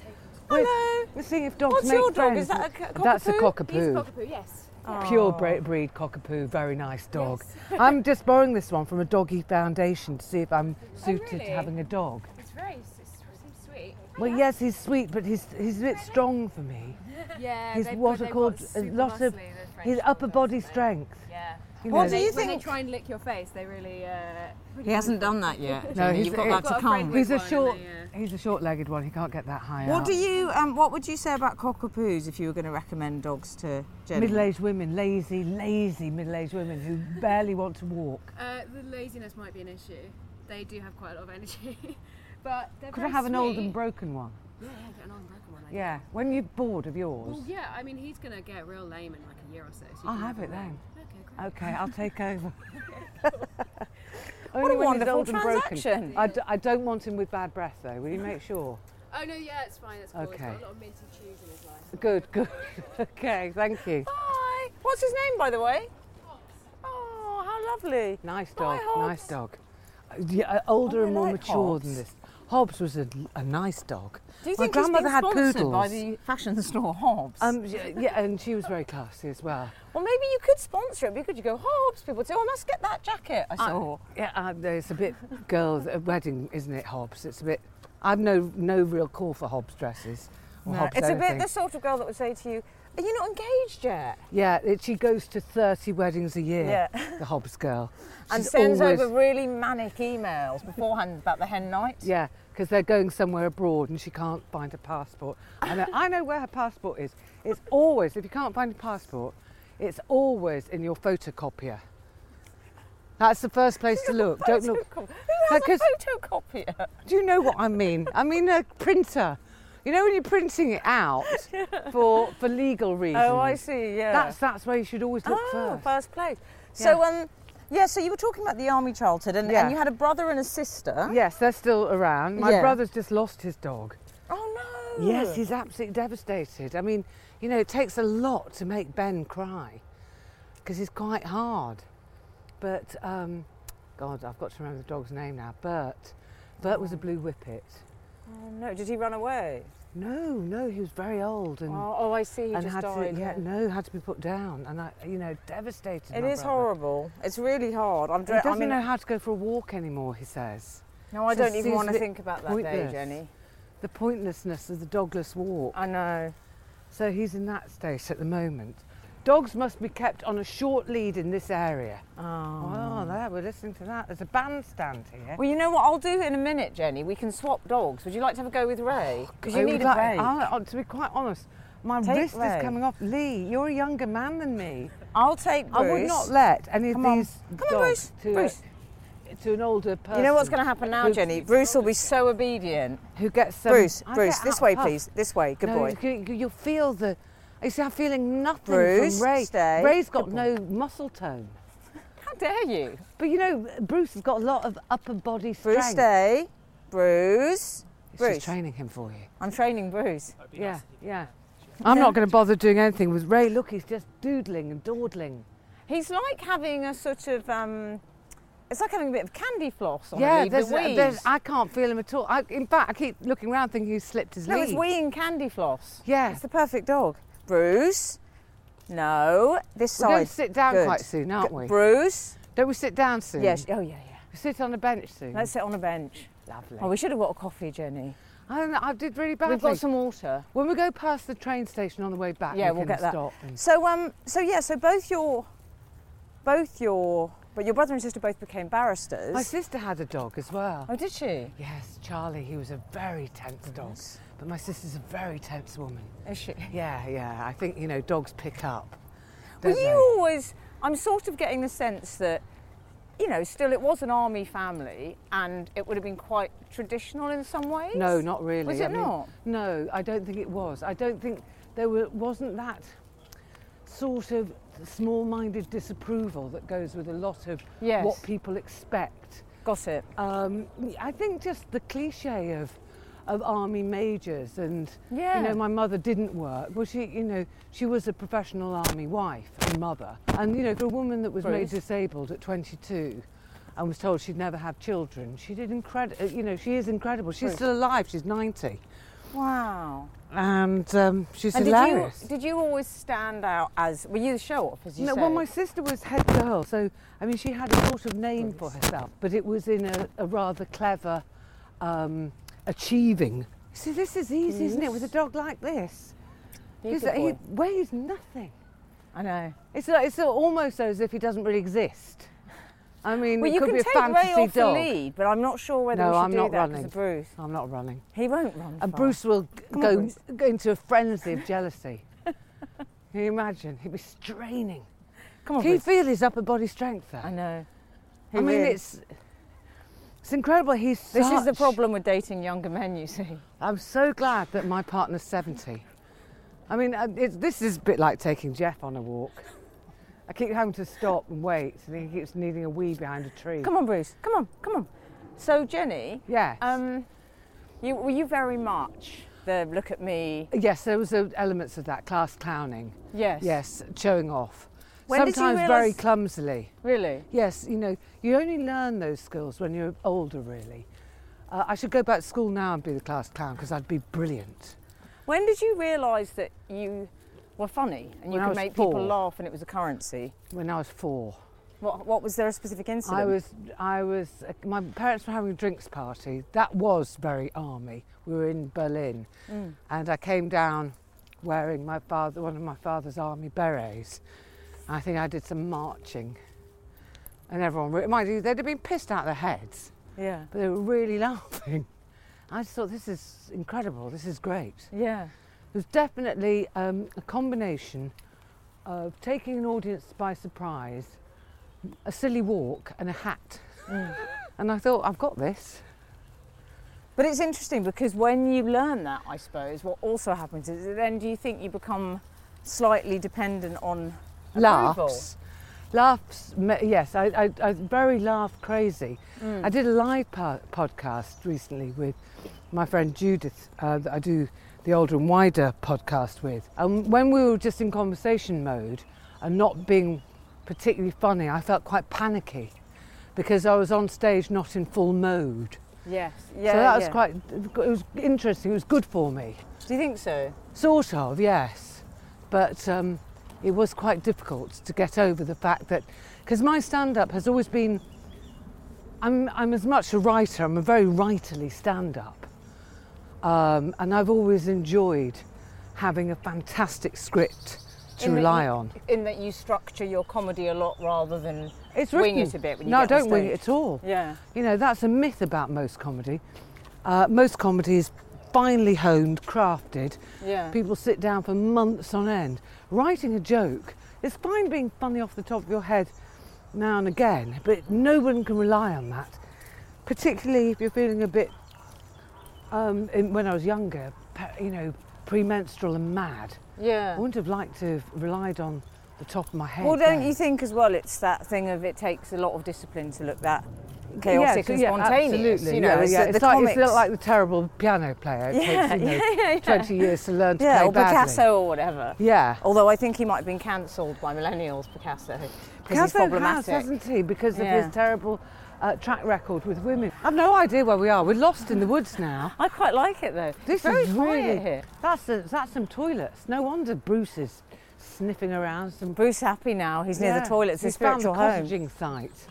Speaker 3: Hello.
Speaker 1: We're- Let's see if dogs
Speaker 3: What's
Speaker 1: make
Speaker 3: your dog?
Speaker 1: friends.
Speaker 3: Is that a c-
Speaker 1: That's a
Speaker 3: cockapoo?
Speaker 1: cockapoo.
Speaker 5: yes.
Speaker 1: Pure bra- breed cockapoo, very nice
Speaker 3: [laughs]
Speaker 1: dog. I'm just borrowing this one from a doggy foundation to see if I'm
Speaker 3: Oh,
Speaker 1: suited
Speaker 5: really?
Speaker 1: to having a dog.
Speaker 5: It's very s- it's, it's sweet.
Speaker 1: Well, yes, he's sweet, but he's, he's a bit strong for
Speaker 3: [laughs]
Speaker 1: me.
Speaker 5: Yeah,
Speaker 1: He's
Speaker 5: they've
Speaker 1: what
Speaker 5: got-
Speaker 1: are
Speaker 5: they've
Speaker 1: called
Speaker 5: got
Speaker 1: a
Speaker 5: super
Speaker 1: lot of
Speaker 5: muscly, the French
Speaker 1: his upper
Speaker 5: bulldogs,
Speaker 1: body
Speaker 5: don't they?
Speaker 1: strength.
Speaker 5: Yeah.
Speaker 1: you
Speaker 3: What
Speaker 1: know.
Speaker 3: do you
Speaker 5: When they
Speaker 3: think-
Speaker 5: try and lick your face, they really. Uh,
Speaker 3: He hasn't done that yet.
Speaker 1: No,
Speaker 3: Jenny,
Speaker 1: he's-
Speaker 3: you've got
Speaker 1: he's
Speaker 3: that
Speaker 5: got
Speaker 3: to
Speaker 5: a friend
Speaker 3: come.
Speaker 5: with-
Speaker 1: He's a
Speaker 5: one,
Speaker 1: short.
Speaker 5: isn't he?
Speaker 1: He's a short-legged one. He can't get that high
Speaker 3: What
Speaker 1: up.
Speaker 3: do you? Um, what would you say about cockapoos if you were going to recommend dogs to Jenny?
Speaker 1: Middle-aged women, lazy, lazy middle-aged women who barely want to walk.
Speaker 5: uh, the laziness might be an issue. They do have quite a lot of energy, [laughs] but they're
Speaker 1: Could I
Speaker 5: very
Speaker 1: have an old
Speaker 5: sweet.
Speaker 1: and broken one?
Speaker 5: Yeah, yeah, get an old and broken one. I guess.
Speaker 1: Yeah. When you're bored of yours,
Speaker 5: Well, yeah. I mean, he's gonna get real lame in like a year or so. so you
Speaker 1: I'll
Speaker 5: can
Speaker 1: have it
Speaker 5: him
Speaker 1: then.
Speaker 5: Okay, great.
Speaker 1: Okay, I'll take over.
Speaker 3: What a
Speaker 1: Only when he's
Speaker 3: wonderful
Speaker 1: old and broken.
Speaker 3: transaction.
Speaker 1: I, d- I don't want him with bad breath though. Will you make sure?
Speaker 5: Oh no, yeah, it's fine. That's cool. He's
Speaker 1: Okay.
Speaker 5: got a lot of minty chews in his life.
Speaker 1: Good, good. [laughs] okay, thank you.
Speaker 3: Hi. What's his name, by the way? Oh, how lovely.
Speaker 1: Nice
Speaker 3: Bye,
Speaker 1: dog.
Speaker 3: Hobbs.
Speaker 1: nice dog. Uh, Yeah, uh, older
Speaker 3: I
Speaker 1: and more
Speaker 3: like
Speaker 1: mature than
Speaker 3: Hobbs.
Speaker 1: this. Hobbs was a, a nice dog.
Speaker 3: Do you
Speaker 1: My
Speaker 3: think
Speaker 1: grandmother
Speaker 3: he's been
Speaker 1: had
Speaker 3: sponsored
Speaker 1: poodles.
Speaker 3: by the fashion store Hobbs?
Speaker 1: Um, yeah, yeah, and she was very classy as well.
Speaker 3: well, maybe you could sponsor it. Because you go Hobbs, people say, "Oh, I must get that jacket." [laughs] I "Oh, saw.
Speaker 1: Yeah, uh, it's a bit girls' a wedding, isn't it, Hobbs? It's a bit. I've no no real call for Hobbs dresses. Or
Speaker 3: No,
Speaker 1: Hobbs
Speaker 3: it's a
Speaker 1: anything.
Speaker 3: bit the sort of girl that would say to you, "Are you not engaged yet?"
Speaker 1: Yeah, it, she goes to thirty weddings a year.
Speaker 3: Yeah.
Speaker 1: The Hobbs girl.
Speaker 3: and
Speaker 1: She's
Speaker 3: sends
Speaker 1: always-
Speaker 3: over really manic emails beforehand about the hen night.
Speaker 1: Yeah, because they're going somewhere abroad and she can't find her passport. I know, I know where her passport is. It's always, if you can't find your passport, it's always in your photocopier. That's the first place to look. Don't
Speaker 3: [laughs]
Speaker 1: look.
Speaker 3: Who has
Speaker 1: Because-
Speaker 3: a photocopier?
Speaker 1: Do you know what I mean? I mean a printer. You know when you're printing it out for for legal reasons.
Speaker 3: Oh, I see. Yeah.
Speaker 1: That's that's where you should always look
Speaker 3: oh,
Speaker 1: first.
Speaker 3: first place. So um, yeah. So you were talking about the army childhood, and,
Speaker 1: Yeah.
Speaker 3: and you had a brother and a sister.
Speaker 1: Yes, they're still around. My
Speaker 3: Yeah.
Speaker 1: brother's just lost his dog.
Speaker 3: Oh no.
Speaker 1: Yes, he's absolutely devastated. I mean, you know, it takes a lot to make Ben cry because he's quite hard. But um, God, I've got to remember the dog's name now. Bert. Bert was a blue whippet.
Speaker 3: Oh, no. Did he run away?
Speaker 1: No, no, he was very old and.
Speaker 3: Oh, oh, I see. He
Speaker 1: and
Speaker 3: just
Speaker 1: had
Speaker 3: died.
Speaker 1: to, yeah, no, had to be put down, and I, you know, devastated.
Speaker 3: It
Speaker 1: my
Speaker 3: is
Speaker 1: brother.
Speaker 3: horrible. It's really hard. I'm.
Speaker 1: He
Speaker 3: Dre-
Speaker 1: doesn't
Speaker 3: I mean,
Speaker 1: know how to go for a walk anymore. He says
Speaker 3: no, I
Speaker 1: so
Speaker 3: don't
Speaker 1: it
Speaker 3: even
Speaker 1: seems
Speaker 3: want
Speaker 1: a bit
Speaker 3: to think about that day,
Speaker 1: pointless.
Speaker 3: Jenny.
Speaker 1: the pointlessness of the dogless walk.
Speaker 3: I know.
Speaker 1: So he's in that state at the moment. Dogs must be kept on a short lead in this area.
Speaker 3: Oh.
Speaker 1: Oh, there, we're listening to that. There's a bandstand here.
Speaker 3: Well, you know what I'll do in a minute, Jenny. We can swap dogs. Would you like to have a go with Ray? Because you
Speaker 1: I would
Speaker 3: need a
Speaker 1: like-
Speaker 3: break.
Speaker 1: I- I- to be quite honest, my
Speaker 3: Take
Speaker 1: wrist
Speaker 3: Ray.
Speaker 1: is coming off. Lee, you're a younger man than me.
Speaker 3: I'll take Bruce.
Speaker 1: I would not let any of
Speaker 3: Come on.
Speaker 1: these
Speaker 3: Come on,
Speaker 1: dogs
Speaker 3: Bruce.
Speaker 1: to, a-
Speaker 3: Bruce.
Speaker 1: to an older person.
Speaker 3: You know what's going to happen now,
Speaker 1: Who's-
Speaker 3: Jenny? Bruce will be so obedient.
Speaker 1: Who gets some,
Speaker 3: Bruce,
Speaker 1: I
Speaker 3: Bruce,
Speaker 1: get
Speaker 3: this
Speaker 1: out
Speaker 3: way,
Speaker 1: tough.
Speaker 3: please. This way. Good
Speaker 1: no,
Speaker 3: boy.
Speaker 1: You, you- you'll feel the. You see, I'm feeling nothing
Speaker 3: Bruce,
Speaker 1: from Ray.
Speaker 3: stay.
Speaker 1: Ray's
Speaker 3: Good
Speaker 1: got
Speaker 3: boy.
Speaker 1: no muscle tone.
Speaker 3: How dare you?
Speaker 1: But you know, Bruce has got a lot of upper body strength.
Speaker 3: Bruce, stay. Bruce.
Speaker 1: She's
Speaker 3: Bruce.
Speaker 1: training him for you.
Speaker 3: I'm training Bruce.
Speaker 4: That'd be
Speaker 1: Yeah,
Speaker 4: nice if he-
Speaker 1: yeah. I'm not going to bother doing anything with Ray. Look, he's just doodling and dawdling.
Speaker 3: He's like having a sort of um, It's like having a bit of candy floss on a
Speaker 1: yeah,
Speaker 3: lead with
Speaker 1: there's,
Speaker 3: wheeze.
Speaker 1: there's, I can't feel him at all. I, in fact, I keep looking around thinking he's slipped his
Speaker 3: no,
Speaker 1: lead.
Speaker 3: it's weeing candy floss.
Speaker 1: Yeah.
Speaker 3: It's the perfect dog. Bruce. No, this
Speaker 1: We're
Speaker 3: side.
Speaker 1: going to sit down
Speaker 3: Good.
Speaker 1: quite soon, aren't
Speaker 3: G-
Speaker 1: we?
Speaker 3: Bruce.
Speaker 1: Don't we sit down soon?
Speaker 3: Yes. Oh, yeah, yeah.
Speaker 1: We sit on a bench soon.
Speaker 3: Let's sit on a bench.
Speaker 1: Lovely.
Speaker 3: Oh, we should have got a coffee, Jenny.
Speaker 1: I, don't know, I did really badly.
Speaker 3: We've got some water.
Speaker 1: When we go past the train station on the way back,
Speaker 3: yeah,
Speaker 1: we
Speaker 3: we'll
Speaker 1: can
Speaker 3: get that.
Speaker 1: stop. and-
Speaker 3: So, um, so yeah, so both your, both your, but your brother and sister both became barristers.
Speaker 1: My sister had a dog as well.
Speaker 3: Oh, did she?
Speaker 1: Yes, Charlie. He was a very tense dog. But my sister's a very tense woman.
Speaker 3: Is she?
Speaker 1: Yeah, yeah. I think you know dogs pick up.
Speaker 3: Well,
Speaker 1: don't
Speaker 3: you
Speaker 1: they?
Speaker 3: always, I'm sort of getting the sense that, you know, still it was an army family and it would have been quite traditional in some ways.
Speaker 1: No, not really.
Speaker 3: Was it not?
Speaker 1: No, I don't think it was. I don't think there were, wasn't that sort of small-minded disapproval that goes with a lot of
Speaker 3: Yes.
Speaker 1: what people expect.
Speaker 3: Got it.
Speaker 1: Um, I think just the cliche of of army majors and
Speaker 3: Yeah.
Speaker 1: you know my mother didn't work well she you know she was a professional army wife and mother and you know for a woman that was made
Speaker 3: Bruce.
Speaker 1: disabled at 22 and was told she'd never have children she did incredible you know she is incredible she's
Speaker 3: Bruce.
Speaker 1: still alive she's 90
Speaker 3: Wow.
Speaker 1: and um, she's
Speaker 3: and
Speaker 1: hilarious
Speaker 3: did you did you always stand out as were you the show off as you
Speaker 1: no,
Speaker 3: said?
Speaker 1: well, my sister was head girl, so I mean, she had a sort of name for herself, but it was in a, a rather clever um, achieving. See, this is easy, isn't it, with a dog like this?
Speaker 3: He's
Speaker 1: He's-
Speaker 3: a
Speaker 1: he
Speaker 3: boy.
Speaker 1: weighs nothing.
Speaker 3: I know.
Speaker 1: It's, like, it's almost as if he doesn't really exist. I mean,
Speaker 3: Well,
Speaker 1: it
Speaker 3: you
Speaker 1: could
Speaker 3: can
Speaker 1: be a
Speaker 3: take
Speaker 1: fantasy
Speaker 3: Ray off
Speaker 1: dog.
Speaker 3: the lead, but I'm not sure whether
Speaker 1: No,
Speaker 3: we should
Speaker 1: I'm
Speaker 3: do
Speaker 1: not
Speaker 3: that 'cause
Speaker 1: running.
Speaker 3: of Bruce.
Speaker 1: I'm not running.
Speaker 3: He won't run.
Speaker 1: And
Speaker 3: far.
Speaker 1: Bruce will g-
Speaker 3: Come on,
Speaker 1: go,
Speaker 3: Bruce.
Speaker 1: go into a frenzy of jealousy. [laughs] Can you imagine? He'd be straining.
Speaker 3: come on,
Speaker 1: Can you
Speaker 3: Bruce.
Speaker 1: feel his upper body strength there?
Speaker 3: I know. He
Speaker 1: I mean,
Speaker 3: really-
Speaker 1: it's it's incredible. He's
Speaker 3: this is the
Speaker 1: such-
Speaker 3: problem with dating younger men. You see,
Speaker 1: I'm so glad that my partner's seventy. I mean, uh, it's, this is a bit like taking Jeff on a walk. I keep having to stop and wait, and he keeps needing a wee behind a tree.
Speaker 3: come on, Bruce. Come on, come on. So Jenny,
Speaker 1: Yes.
Speaker 3: um, you were you very much the look at me?
Speaker 1: yes, there was uh, elements of that class clowning.
Speaker 3: Yes.
Speaker 1: Yes, showing off.
Speaker 3: When did you
Speaker 1: Sometimes very
Speaker 3: realise-
Speaker 1: clumsily.
Speaker 3: Really?
Speaker 1: Yes, you know, you only learn those skills when you're older, really. Uh, I should go back to school now and be the class clown because I'd be brilliant.
Speaker 3: When did you realise that you were funny and you
Speaker 1: When I
Speaker 3: could
Speaker 1: was
Speaker 3: make
Speaker 1: four.
Speaker 3: people laugh and it was a currency?
Speaker 1: When I was four.
Speaker 3: What, what was there a specific incident?
Speaker 1: I was, I was. My parents were having a drinks party. That was very army. We were in Berlin, and I came down wearing my father, one of my father's army berets. I think I did some marching, and everyone, re- mind you, they'd have been pissed out of their heads,
Speaker 3: Yeah.
Speaker 1: but they were really [laughs] laughing. I just thought this is incredible. This is great.
Speaker 3: Yeah.
Speaker 1: There's definitely um, a combination of taking an audience by surprise, a silly walk, and a hat.
Speaker 3: Mm.
Speaker 1: and I thought, I've got this.
Speaker 3: But it's interesting because when you learn that, I suppose, what also happens is that then do you think you become slightly dependent on approval?
Speaker 1: Laughs. Laughs, me- yes, I, I, I was very laugh crazy.
Speaker 3: Mm.
Speaker 1: I did a live po- podcast recently with my friend Judith, uh, that I do the Older and Wider podcast with. And when we were just in conversation mode and not being particularly funny, I felt quite panicky because I was on stage not in full mode.
Speaker 3: Yes. Yeah.
Speaker 1: so that
Speaker 3: yeah.
Speaker 1: was quite, it was interesting, it was good for me.
Speaker 3: Do you think so?
Speaker 1: Sort of, yes. But um, it was quite difficult to get over the fact that, because my stand up has always been, I'm, I'm as much a writer, I'm a very writerly stand up. Um, and I've always enjoyed having a fantastic script to
Speaker 3: In e that
Speaker 1: rely
Speaker 3: you-
Speaker 1: on.
Speaker 3: In that you structure your comedy a lot rather than
Speaker 1: It's
Speaker 3: wing
Speaker 1: written.
Speaker 3: it a bit when you
Speaker 1: no,
Speaker 3: get
Speaker 1: I
Speaker 3: on
Speaker 1: don't wing it
Speaker 3: stage.
Speaker 1: at all.
Speaker 3: Yeah.
Speaker 1: You know, that's a myth about most comedy. Uh, most comedy is finely honed, crafted.
Speaker 3: Yeah.
Speaker 1: People sit down for months on end. Writing a joke, it's fine being funny off the top of your head now and again, but no one can rely on that. Particularly if you're feeling a bit, um, in, when I was younger, pe- you know, premenstrual and mad. I
Speaker 3: Yeah.
Speaker 1: wouldn't have liked to have relied on the top of my head.
Speaker 3: Well, don't
Speaker 1: then.
Speaker 3: you think as well? It's that thing of it takes a lot of discipline to look that
Speaker 1: Yeah,
Speaker 3: chaotic
Speaker 1: so
Speaker 3: and
Speaker 1: yeah,
Speaker 3: spontaneous.
Speaker 1: absolutely,
Speaker 3: You know,
Speaker 1: yeah,
Speaker 3: it's
Speaker 1: yeah.
Speaker 3: that
Speaker 1: It's
Speaker 3: the
Speaker 1: like,
Speaker 3: comics.
Speaker 1: it's a little like the terrible piano player. It
Speaker 3: [laughs] Yeah,
Speaker 1: takes, you know,
Speaker 3: yeah, yeah.
Speaker 1: 20 years to learn to
Speaker 3: yeah,
Speaker 1: play
Speaker 3: or
Speaker 1: badly.
Speaker 3: Picasso or whatever.
Speaker 1: Yeah.
Speaker 3: Although I think he might have been cancelled by millennials, Picasso, because he's
Speaker 1: Picasso
Speaker 3: problematic.
Speaker 1: has, hasn't he? Because
Speaker 3: Yeah.
Speaker 1: of his terrible uh, track record with women. I've no idea where we are. We're lost in the woods
Speaker 3: [laughs]
Speaker 1: now.
Speaker 3: I quite like it though.
Speaker 1: This
Speaker 3: Very
Speaker 1: is
Speaker 3: quiet
Speaker 1: really
Speaker 3: here.
Speaker 1: That's a, that's some toilets. No wonder Bruce is sniffing around some.
Speaker 3: Bruce happy now. He's near
Speaker 1: Yeah,
Speaker 3: the toilets.
Speaker 1: he's
Speaker 3: His spiritual
Speaker 1: found
Speaker 3: home.
Speaker 1: the cottaging site.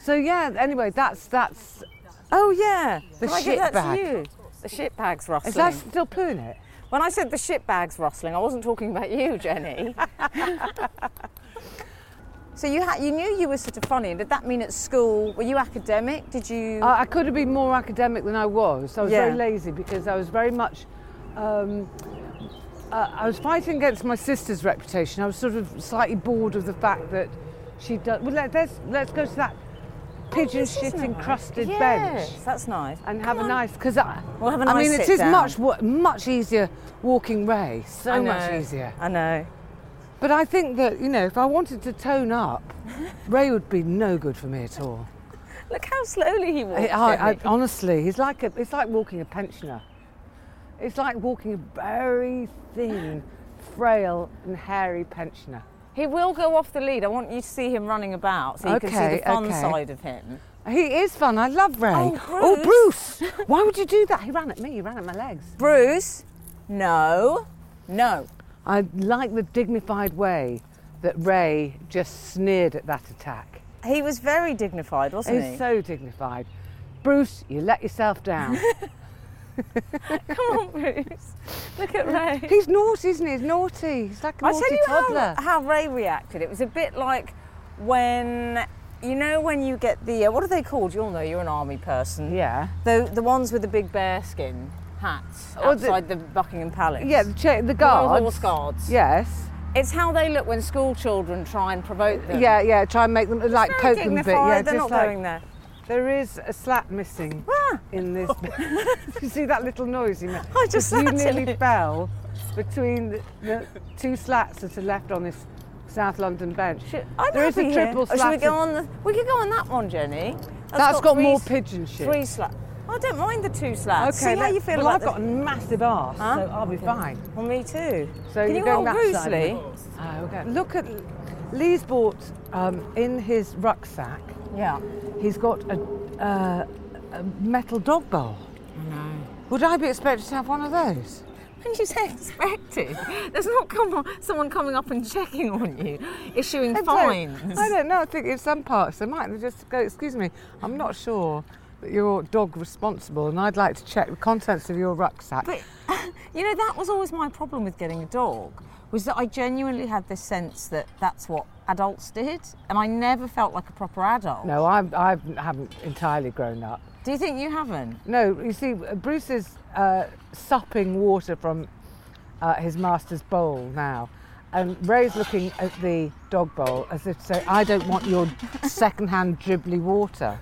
Speaker 1: So yeah. Anyway, that's that's.
Speaker 3: Oh yeah.
Speaker 1: The
Speaker 3: Can I give
Speaker 1: shit
Speaker 3: that
Speaker 1: bag.
Speaker 3: to you? The shit bag's rustling.
Speaker 1: Is that still poo in it?
Speaker 3: When I said the shit bag's rustling, I wasn't talking about you,
Speaker 1: [laughs]
Speaker 3: Jenny. so you ha- you knew you were sort of funny. Did that mean at school were you academic? Did you?
Speaker 1: Uh, I could have been more academic than I was. I was
Speaker 3: Yeah.
Speaker 1: very lazy because I was very much. Um, uh, I was fighting against my sister's reputation. I was sort of slightly bored of the fact that she does. Well, let, let's let's go to that pigeon shit encrusted
Speaker 3: yes,
Speaker 1: bench
Speaker 3: that's nice.
Speaker 1: and have a nice because I.
Speaker 3: We'll have a
Speaker 1: I
Speaker 3: nice
Speaker 1: mean, it
Speaker 3: sit
Speaker 1: is
Speaker 3: down.
Speaker 1: much wo- much easier walking Ray.
Speaker 3: I
Speaker 1: So much
Speaker 3: know,
Speaker 1: easier.
Speaker 3: I know.
Speaker 1: But I think that you know, if I wanted to tone
Speaker 3: [laughs]
Speaker 1: up, Ray would be no good for me at all.
Speaker 3: Look how slowly he walks.
Speaker 1: I, I, I,
Speaker 3: Jenny.
Speaker 1: honestly, he's like a, it's like walking a pensioner. It's like walking a very thin, frail, and hairy pensioner.
Speaker 3: he will go off the lead. I want you to see him running about so you can see
Speaker 1: Okay,
Speaker 3: the fun
Speaker 1: okay.
Speaker 3: side of him.
Speaker 1: He is fun. I love Ray.
Speaker 3: Oh,
Speaker 1: Bruce!
Speaker 3: [laughs]
Speaker 1: Why would you do that? He ran at me. He ran at my legs.
Speaker 3: Bruce, no, no.
Speaker 1: I like the dignified way that Ray just sneered at that attack.
Speaker 3: He was very dignified, wasn't he?
Speaker 1: He's so dignified. Bruce, you let yourself
Speaker 3: [laughs]
Speaker 1: down.
Speaker 3: Come on, Bruce.
Speaker 1: [laughs]
Speaker 3: Look at Ray.
Speaker 1: he's naughty, isn't he? He's naughty. He's like a
Speaker 3: I
Speaker 1: naughty
Speaker 3: tell you
Speaker 1: toddler.
Speaker 3: how, how Ray reacted. It was a bit like when you know when you get the uh, what are they called? You'll know. You're an army person.
Speaker 1: Yeah.
Speaker 3: The the ones with the big bear skin hats
Speaker 1: Or Oh, the-
Speaker 3: outside the, Buckingham Palace.
Speaker 1: Yeah, the, cha- the
Speaker 3: Royal
Speaker 1: guards.
Speaker 3: Horse Guards.
Speaker 1: Yes.
Speaker 3: It's how they look when school children try and provoke them.
Speaker 1: Yeah, yeah. Try and make them like
Speaker 3: Very
Speaker 1: poke them a
Speaker 3: dignified.
Speaker 1: bit. Yeah,
Speaker 3: They're
Speaker 1: just
Speaker 3: not
Speaker 1: like [laughs]
Speaker 3: going there.
Speaker 1: there is a slap [laughs] missing
Speaker 3: Ah.
Speaker 1: in this. [laughs] you see that little noise you made?
Speaker 3: I just
Speaker 1: you
Speaker 3: sat in
Speaker 1: nearly
Speaker 3: [laughs] it.
Speaker 1: fell between the, the two slats that are left on this South London bench.
Speaker 3: I'm
Speaker 1: there is
Speaker 3: happy
Speaker 1: a triple
Speaker 3: here. Or Oh,
Speaker 1: slat.
Speaker 3: should we go on the? We could go on that one, Jenny.
Speaker 1: That's got
Speaker 3: three
Speaker 1: more
Speaker 3: s-
Speaker 1: pigeon shit.
Speaker 3: Three slats. I don't mind the two slats. See how
Speaker 1: let-
Speaker 3: you feel
Speaker 1: well,
Speaker 3: about
Speaker 1: I've
Speaker 3: this.
Speaker 1: got a massive arse,
Speaker 3: Huh?
Speaker 1: so I'll be fine.
Speaker 3: Well, me too.
Speaker 1: So Oh,
Speaker 3: Can
Speaker 1: you're
Speaker 3: you
Speaker 1: going
Speaker 3: hold
Speaker 1: that
Speaker 3: Bruce
Speaker 1: side,
Speaker 3: Lee?
Speaker 1: Oh, okay. Look at Lee's bought um, in his rucksack.
Speaker 3: Yeah. [laughs]
Speaker 1: He's got a, uh, a metal dog bowl. Would I be expected to have one of those?
Speaker 3: When you say expected, there's not come on, someone coming up and checking on you, issuing
Speaker 1: I don't-
Speaker 3: fines.
Speaker 1: I don't know. I think in some parks they might. They just go, excuse me, I'm not sure that your dog responsible and I'd like to check the contents of your rucksack.
Speaker 3: But [laughs] you know that was always my problem with getting a dog was that I genuinely had this sense that that's what adults did, and I never felt like a proper adult.
Speaker 1: no, I, I haven't entirely grown up.
Speaker 3: Do you think you haven't?
Speaker 1: No, you see, Bruce is uh, supping water from uh, his master's bowl now. And Ray's looking at the dog bowl as if to say, I don't want your second-hand dribbly water.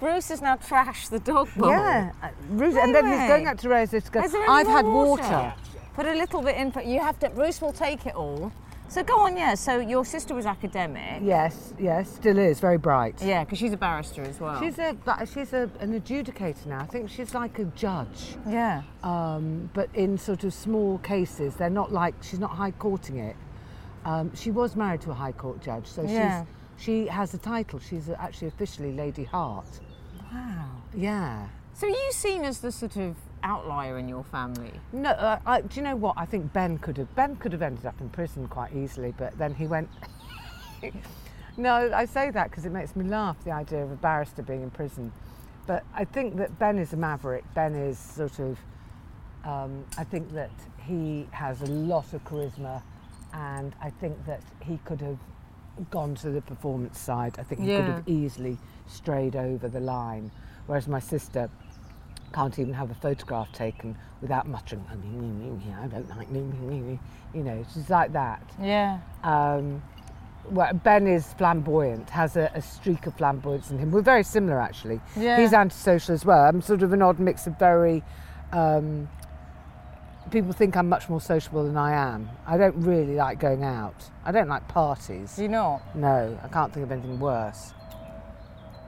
Speaker 3: Bruce has now trashed the dog bowl.
Speaker 1: Yeah. uh, Bruce, and then he's
Speaker 3: Anyway.
Speaker 1: going up to Ray as if to go,
Speaker 3: Is there any
Speaker 1: I've
Speaker 3: more
Speaker 1: had
Speaker 3: water?
Speaker 1: water.
Speaker 3: Put a little bit in. For, you have to. Bruce will take it all. So go on, yeah. So your sister was academic.
Speaker 1: Yes, yes, still is, very bright.
Speaker 3: Yeah, because she's a barrister as well.
Speaker 1: She's a but she's a, an adjudicator now. I think she's like a judge,
Speaker 3: yeah.
Speaker 1: um, but in sort of small cases. They're not like she's not high courting it. Um, she was married to a high court judge, so
Speaker 3: Yeah.
Speaker 1: she's she has a title. She's actually officially Lady Hart.
Speaker 3: Wow.
Speaker 1: Yeah.
Speaker 3: So are you seen as the sort of outlier in your family?
Speaker 1: No, uh, I, do you know what? I think Ben could have Ben could have ended up in prison quite easily, but then he went. [laughs] no, I say that because it makes me laugh the idea of a barrister being in prison, but I think that Ben is a maverick. Ben is sort of. Um, I think that he has a lot of charisma, and I think that he could have gone to the performance side. I think he could
Speaker 3: Yeah.
Speaker 1: have easily strayed over the line, whereas my sister can't even have a photograph taken without muttering, "Oh, nee, nee, nee, nee, I don't like, nee, nee, nee, nee." you know, she's like that.
Speaker 3: Yeah.
Speaker 1: Um, well, ben is flamboyant, has a, a streak of flamboyance in him. We're very similar, actually.
Speaker 3: Yeah.
Speaker 1: He's antisocial as well. I'm sort of an odd mix of very. Um, people think I'm much more sociable than I am. I don't really like going out. I don't like parties.
Speaker 3: Do you not?
Speaker 1: No, I can't think of anything worse.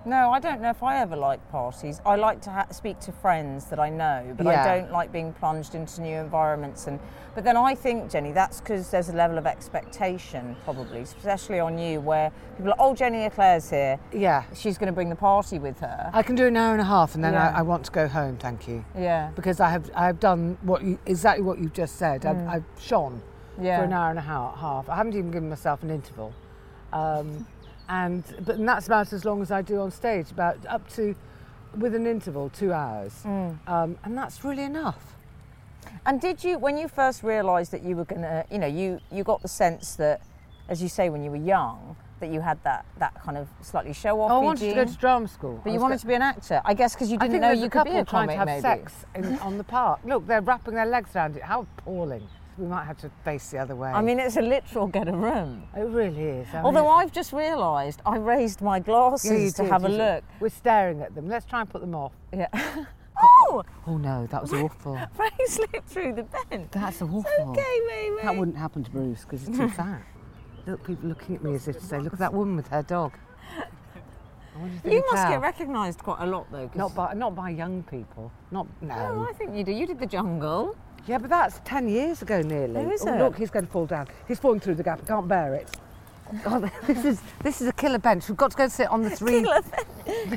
Speaker 3: No, I don't know if I ever like parties. I like to ha- speak to friends that I know, but
Speaker 1: Yeah.
Speaker 3: I don't like being plunged into new environments. And but then I think, Jenny, that's because there's a level of expectation, probably, especially on you, where people are, oh, Jenny Eclair's here.
Speaker 1: Yeah.
Speaker 3: She's going to bring the party with her.
Speaker 1: I can do an hour and a half and then
Speaker 3: Yeah.
Speaker 1: I, I want to go home, thank you.
Speaker 3: Yeah.
Speaker 1: Because I have I have done what you, exactly what you've just said. I've, I've shone
Speaker 3: Mm. Yeah.
Speaker 1: for an hour and a ha- half. I haven't even given myself an interval.
Speaker 3: [laughs]
Speaker 1: Um, and but and that's about as long as I do on stage, about up to with an interval, two hours.
Speaker 3: Mm.
Speaker 1: Um, and that's really enough.
Speaker 3: And did you, when you first realised that you were going to, you know, you, you got the sense that, as you say, when you were young, that you had that, that kind of slightly show off.
Speaker 1: Oh, I wanted to go to drama school.
Speaker 3: Oh, But
Speaker 1: I
Speaker 3: you
Speaker 1: was
Speaker 3: wanted
Speaker 1: go-
Speaker 3: to be an actor, I guess, because you
Speaker 1: I
Speaker 3: didn't
Speaker 1: think
Speaker 3: know
Speaker 1: there's
Speaker 3: you
Speaker 1: a
Speaker 3: could
Speaker 1: couple
Speaker 3: be a
Speaker 1: trying
Speaker 3: comic,
Speaker 1: to have
Speaker 3: maybe.
Speaker 1: sex in, on the park. Look, they're wrapping their legs around it. How appalling! We might have to face the other way.
Speaker 3: I mean, it's a literal get a room.
Speaker 1: it really is. I mean,
Speaker 3: Although I've just realised I raised my glasses
Speaker 1: Yeah, you
Speaker 3: to
Speaker 1: did,
Speaker 3: have a
Speaker 1: you did.
Speaker 3: look.
Speaker 1: We're staring at them. Let's try and put them off.
Speaker 3: Yeah. [laughs] oh,
Speaker 1: Oh no, that was awful.
Speaker 3: Ray [laughs] slipped through the bend.
Speaker 1: That's awful.
Speaker 3: uh, Okay, Ray, Ray.
Speaker 1: That wouldn't happen to Bruce because he's too fat. Look, people looking at me as if to say, "Look at that woman with her dog." I wonder if they
Speaker 3: You
Speaker 1: can
Speaker 3: must
Speaker 1: tell.
Speaker 3: get recognised quite a lot though. 'cause-
Speaker 1: Not by not by young people. Not
Speaker 3: Oh,
Speaker 1: no.
Speaker 3: I think you do. You did the jungle. [laughs]
Speaker 1: Yeah, but that's ten years ago nearly.
Speaker 3: Oh, is
Speaker 1: oh,
Speaker 3: it?
Speaker 1: look, he's going to fall down. He's falling through the gap. I can't bear it. God, [laughs] this is this is a killer bench. We've got to go and sit on the three.
Speaker 3: Should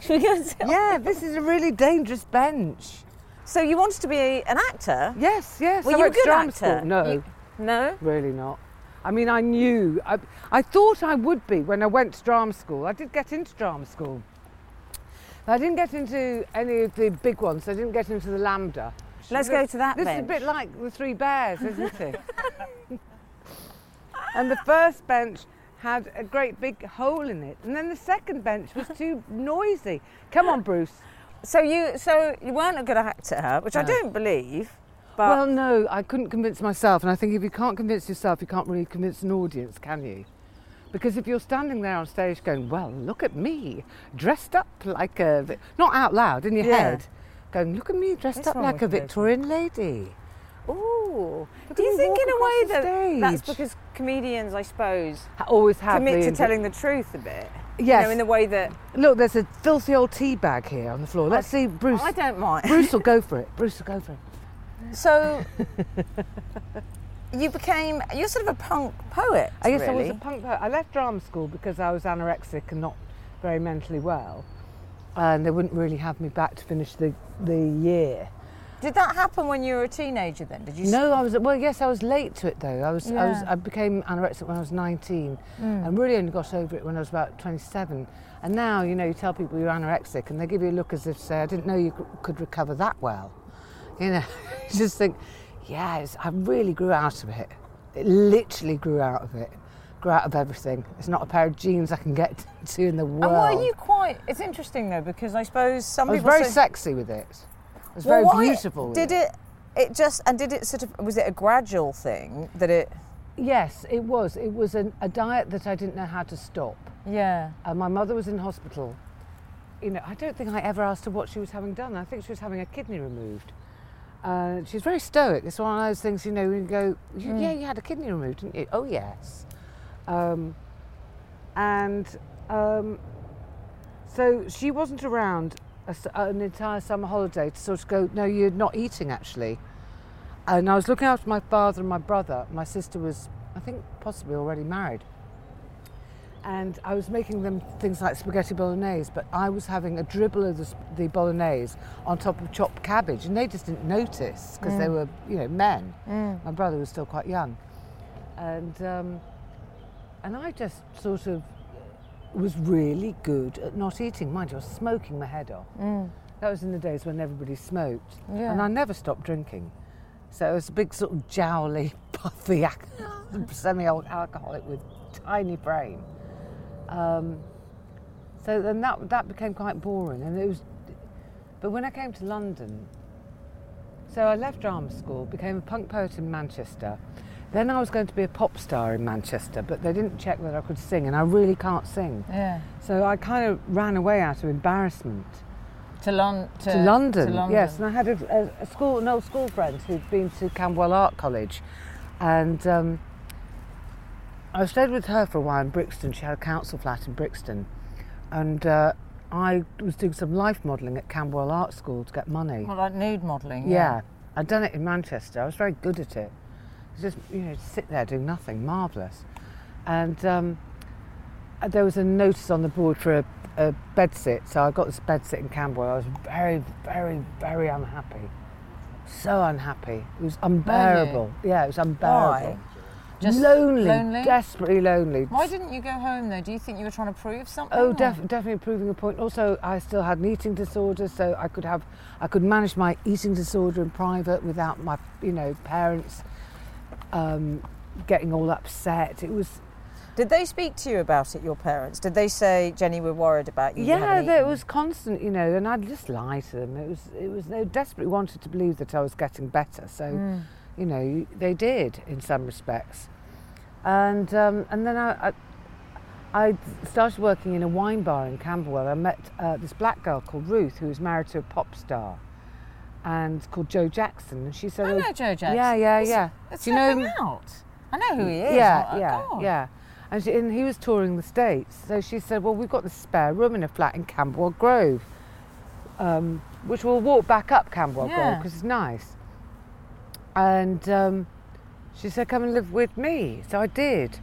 Speaker 3: we go and sit-
Speaker 1: yeah, this is a really dangerous bench.
Speaker 3: so you wanted to be an actor?
Speaker 1: Yes, yes.
Speaker 3: Were
Speaker 1: I
Speaker 3: you a
Speaker 1: went to
Speaker 3: good
Speaker 1: drama
Speaker 3: actor?
Speaker 1: School. No.
Speaker 3: You- No.
Speaker 1: Really not. I mean, I knew. I, I thought I would be when I went to drama school. I did get into drama school. I didn't get into any of the big ones. I didn't get into the Lambda.
Speaker 3: Let's go to that
Speaker 1: This
Speaker 3: bench.
Speaker 1: is a bit like the Three Bears, isn't it? [laughs] and the first bench had a great big hole in it, and then the second bench was too noisy. Come on, Bruce.
Speaker 3: So you so you weren't a good actor, which I
Speaker 1: No.
Speaker 3: don't believe. But
Speaker 1: well, no, I couldn't convince myself, and I think if you can't convince yourself, you can't really convince an audience, can you? Because if you're standing there on stage going, "Well, look at me, dressed up like a," Vi-" not out loud in your
Speaker 3: Yeah.
Speaker 1: head, going, "Look at me, dressed
Speaker 3: This
Speaker 1: up
Speaker 3: one
Speaker 1: like
Speaker 3: we
Speaker 1: a
Speaker 3: can go to.
Speaker 1: Victorian lady." Ooh,
Speaker 3: do you think in a way that that's
Speaker 1: stage.
Speaker 3: because comedians, I suppose,
Speaker 1: I always have
Speaker 3: commit
Speaker 1: the
Speaker 3: to
Speaker 1: invi-
Speaker 3: telling the truth a bit?
Speaker 1: Yes.
Speaker 3: You know, in the way that
Speaker 1: Look, there's a filthy old tea bag here on the floor. Let's see, Bruce.
Speaker 3: I don't [laughs] mind.
Speaker 1: Bruce will go for it. Bruce will go for it.
Speaker 3: [laughs] So you became you're sort of a punk poet.
Speaker 1: I guess
Speaker 3: really.
Speaker 1: I was a punk poet. I left drama school because I was anorexic and not very mentally well, and they wouldn't really have me back to finish the, the year.
Speaker 3: Did that happen when you were a teenager? Then did you?
Speaker 1: No, I was well. Yes, I was late to it though. I was I was
Speaker 3: Yeah. Mm.
Speaker 1: I became anorexic when I was 19, and really only got over it when I was about 27. And now you know you tell people you're anorexic, and they give you a look as if to say, "I didn't know you c- could recover that well." You know, [laughs] you just think, yeah, it's, I really grew out of it. It literally grew out of it. Grew out of everything. It's not a pair of jeans I can get [laughs] to in the world.
Speaker 3: And were you quite? It's interesting though because I suppose some
Speaker 1: I was
Speaker 3: people
Speaker 1: very
Speaker 3: say,
Speaker 1: sexy with it. I was
Speaker 3: Well,
Speaker 1: very
Speaker 3: why
Speaker 1: beautiful. With
Speaker 3: Did
Speaker 1: it?
Speaker 3: it? It just and did it sort of was it a gradual thing that it?
Speaker 1: Yes, it was. It was an, a diet that I didn't know how to stop.
Speaker 3: Yeah.
Speaker 1: Uh, my mother was in hospital. You know, I don't think I ever asked her what she was having done. I think she was having a kidney removed. Uh, she's very stoic. It's one of those things, you know, when you go, "You- yeah, you had a kidney removed, didn't you? Oh, yes. Um, and um, so she wasn't around a s an entire summer holiday to sort of go, no, you're not eating actually. And I was looking after my father and my brother. My sister was, I think, possibly already married and I was making them things like spaghetti bolognese, but I was having a dribble of the, sp- the bolognese on top of chopped cabbage, and they just didn't notice because they were, you know, men.
Speaker 3: Mm.
Speaker 1: My brother was still quite young, and um, and I just sort of was really good at not eating. Mind you, I was smoking my head off. That was in the days when everybody smoked,
Speaker 3: Yeah.
Speaker 1: and I never stopped drinking. So it was a big sort of jowly, [laughs] puffy, semi-alcoholic with tiny brain. Um, so then that that became quite boring, and it was. But when I came to London, so I left drama school, became a punk poet in Manchester. Then I was going to be a pop star in Manchester, but they didn't check whether I could sing, and I really can't sing.
Speaker 3: Yeah.
Speaker 1: So I kind of ran away out of embarrassment
Speaker 3: To, Lon- to,
Speaker 1: to London.
Speaker 3: to
Speaker 1: Yes, and I had a, a, a school, an old school friend who'd been to Camwell Art College, and um, I stayed with her for a while in Brixton. She had a council flat in Brixton, and uh, I was doing some life modelling at Camberwell Art School to get money.
Speaker 3: Well, like nude modelling.
Speaker 1: yeah. I'd done it in Manchester. I was very good at it. It's Just you know, sit there doing nothing, marvellous. And um, uh, there was a notice on the board for a, a bedsit, so I got this bedsit in Camberwell. I was very, very, very unhappy. So unhappy. It was unbearable. Yeah, it was unbearable.
Speaker 3: Just
Speaker 1: lonely,
Speaker 3: lonely?
Speaker 1: desperately lonely.
Speaker 3: Why didn't you go home though? Do you think you were trying to prove something?
Speaker 1: Oh,
Speaker 3: or-
Speaker 1: def- definitely proving a point. Also, I still had an eating disorder, so I could have, I could manage my eating disorder in private without my, you know, parents um, getting all upset. It was,
Speaker 3: Did they speak to you about it? Your parents? Did they say, Jenny, we're worried about you? you
Speaker 1: yeah,
Speaker 3: haven't
Speaker 1: there- it
Speaker 3: eaten."
Speaker 1: was constant, you know, and I'd just lie to them. It was, it was, they desperately wanted to believe that I was getting better, so, you know, they did in some respects, and um, and then I. I I started working in a wine bar in Camberwell. I met uh, this black girl called Ruth, who was married to a pop star, and called Joe Jackson. And she said,
Speaker 3: I
Speaker 1: "Oh,
Speaker 3: know Joe Jackson.
Speaker 1: Yeah, yeah,
Speaker 3: It's-
Speaker 1: yeah.
Speaker 3: Let's
Speaker 1: Do you know
Speaker 3: [laughs] him
Speaker 1: him?
Speaker 3: out. I know who he is.
Speaker 1: Yeah,
Speaker 3: Oh,
Speaker 1: yeah,
Speaker 3: God.
Speaker 1: yeah. And, she, and he was touring the States. So she said, Well, we've got this spare room in a flat in Camberwell Grove, um, which we'll walk back up Camberwell Grove
Speaker 3: Yeah.
Speaker 1: because it's nice. And um, she said, Come and live with me. So I did.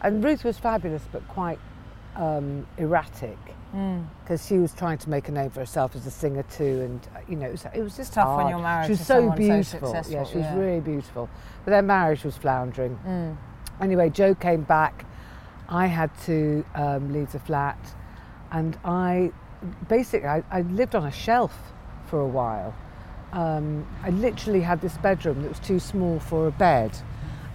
Speaker 1: And Ruth was fabulous, but quite um, erratic
Speaker 3: Hmm.
Speaker 1: because she was trying to make a name for herself as a singer too, and uh, you know, it was, it was just
Speaker 3: Tough when
Speaker 1: hard.
Speaker 3: you're married
Speaker 1: She was
Speaker 3: to
Speaker 1: so
Speaker 3: someone so
Speaker 1: beautiful. yeah,
Speaker 3: successful,
Speaker 1: she was
Speaker 3: yeah. Hmm.
Speaker 1: really beautiful, but their marriage was floundering. Anyway, Joe came back. I had to um, leave the flat, and I basically I, I lived on a shelf for a while. Um, I literally had this bedroom that was too small for a bed,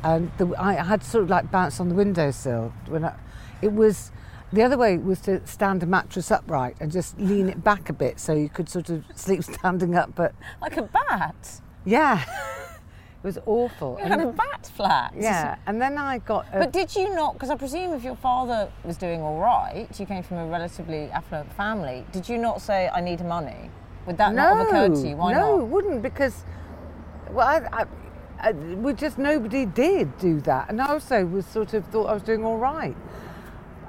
Speaker 1: and the, I had sort of like bounced on the windowsill when I, it was. The other way was to stand a mattress upright and just lean it back a bit so you could sort of [laughs] sleep standing up. But
Speaker 3: Like a bat.
Speaker 1: yeah, [laughs] it was awful.
Speaker 3: You had a bat flat. [laughs]
Speaker 1: yeah, and then I got. A,
Speaker 3: But did you not? Because I presume if your father was doing all right, you came from a relatively affluent family. Did you not say, "I need money"? Would that not have occurred to you? Why
Speaker 1: no, it
Speaker 3: not?
Speaker 1: wouldn't because, well, I, I, I, we just nobody did do that, and I also was sort of thought I was doing all right.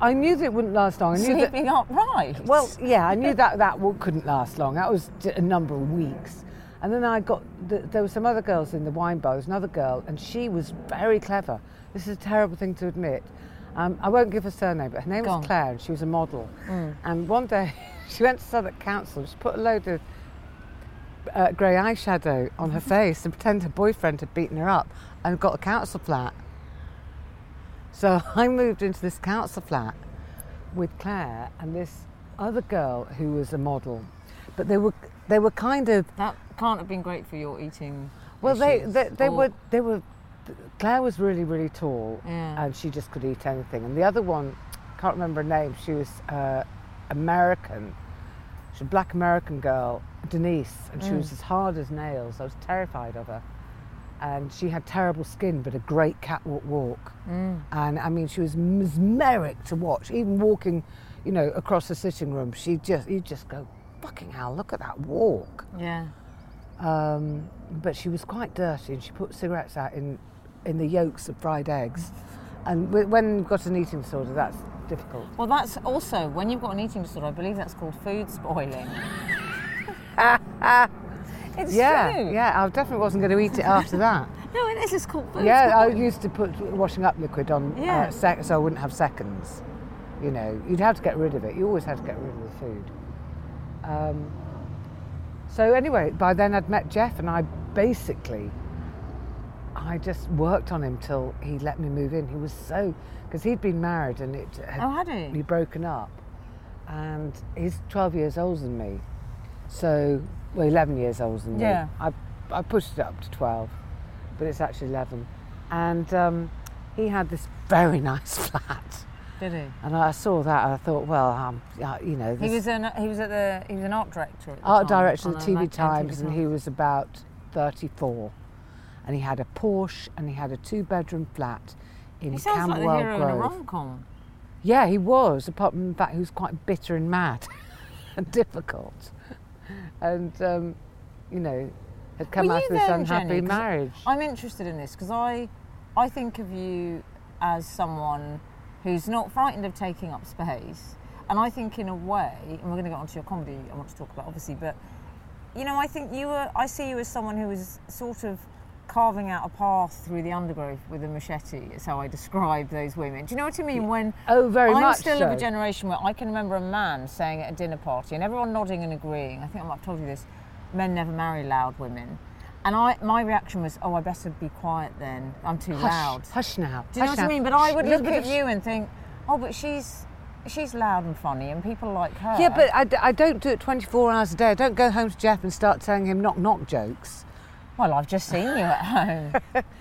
Speaker 1: I knew that it wouldn't last long. I knew that,
Speaker 3: Sleeping upright.
Speaker 1: well, yeah,
Speaker 3: [laughs]
Speaker 1: I knew that that w- couldn't last long. That was d- a number of weeks, and then I got the, there were some other girls in the wine bar. There was another girl, and she was very clever. This is a terrible thing to admit. Um, I won't give her surname, but her name
Speaker 3: Go on. Mm.
Speaker 1: was Claire, and she was a model. And one day, [laughs] she went to Southwark Council. She put a load of uh, grey eyeshadow on
Speaker 3: [laughs]
Speaker 1: her face and pretend her boyfriend had beaten her up and got a council flat. So [laughs] I moved into this council flat with Claire and this other girl who was a model, but they were they were kind of
Speaker 3: that can't have been great for your eating.
Speaker 1: well they
Speaker 3: issues,
Speaker 1: they, they
Speaker 3: or-
Speaker 1: were they were Claire was really really tall
Speaker 3: Yeah.
Speaker 1: and she just could eat anything, and the other one can't remember her name. She was uh, American. She's a black American girl, Denise, and she was as hard as nails. I was terrified of her. And she had terrible skin, but a great catwalk walk. And I mean, she was mesmeric to watch. Even walking, you know, across the sitting room, she just you just go, fucking hell, look at that walk.
Speaker 3: Yeah.
Speaker 1: Um, but she was quite dirty, and she put cigarettes out in in the yolks of fried eggs. And wh- when you've got an eating disorder, that's difficult.
Speaker 3: Well, that's also when you've got an eating disorder. I believe that's called
Speaker 1: [laughs]
Speaker 3: food spoiling. it's
Speaker 1: yeah,
Speaker 3: true.
Speaker 1: yeah. I definitely wasn't going to eat it after that.
Speaker 3: No, it is. It's called food
Speaker 1: Yeah, oh, I
Speaker 3: spoiling.
Speaker 1: used to put washing up liquid on
Speaker 3: Yeah.
Speaker 1: uh, sec- so I wouldn't have seconds. You know, you'd have to get rid of it. You always had to get rid of the food. Um, so anyway, by then I'd met Jeff, and I basically, I just worked on him till he let me move in. He was so because he'd been married and it had,
Speaker 3: Oh, had he?
Speaker 1: he'd broken up, and he's twelve years older than me, so well eleven years older than
Speaker 3: Yeah.
Speaker 1: me. I I pushed it up to twelve but it's actually 11. And um, he had this very [laughs] nice flat.
Speaker 3: Did he?
Speaker 1: And I saw that and I thought, well, um, uh, you know,
Speaker 3: He
Speaker 1: this
Speaker 3: was an he was at the he was an art director. At the
Speaker 1: art
Speaker 3: time,
Speaker 1: director of the
Speaker 3: on a
Speaker 1: TV
Speaker 3: mag- on
Speaker 1: Times, and
Speaker 3: Times.
Speaker 1: he was about 34. And he had a Porsche and he had a two bedroom flat in
Speaker 3: He sounds like the
Speaker 1: Camberwell
Speaker 3: hero in a
Speaker 1: Grove.
Speaker 3: rom com.
Speaker 1: Yeah, he was, apart from the fact he was quite bitter and mad [laughs] and difficult. And, um, you know, had come
Speaker 3: Were
Speaker 1: out
Speaker 3: you
Speaker 1: of this
Speaker 3: there,
Speaker 1: unhappy
Speaker 3: Jenny? 'Cause
Speaker 1: marriage.
Speaker 3: I'm interested in this because I I think of you as someone who's not frightened of taking up space. And I think, in a way, and we're going to get onto your comedy I want to talk about, obviously, but you know, I think you were, I see you as someone who was sort of carving out a path through the undergrowth with a machete, is how I describe those women. Do you know what I mean? When
Speaker 6: Oh, very
Speaker 3: I'm
Speaker 6: much
Speaker 3: still of a
Speaker 6: so.
Speaker 3: generation where I can remember a man saying at a dinner party, and everyone nodding and agreeing, I think I might have told you this, men never marry loud women. And I, my reaction was, oh, I better be quiet then. I'm too loud.
Speaker 1: Hush now.
Speaker 3: Do you know
Speaker 1: hush
Speaker 3: what I
Speaker 1: now.
Speaker 3: mean? But I would
Speaker 1: Shh,
Speaker 3: look,
Speaker 1: at
Speaker 3: at you and think, oh, but she's she's loud and funny, and people like her.
Speaker 1: Yeah, but I, d- I don't do it 24 hours a day. I don't go home to Jeff and start telling him knock knock jokes.
Speaker 3: well, I've just seen you at home.
Speaker 1: [laughs]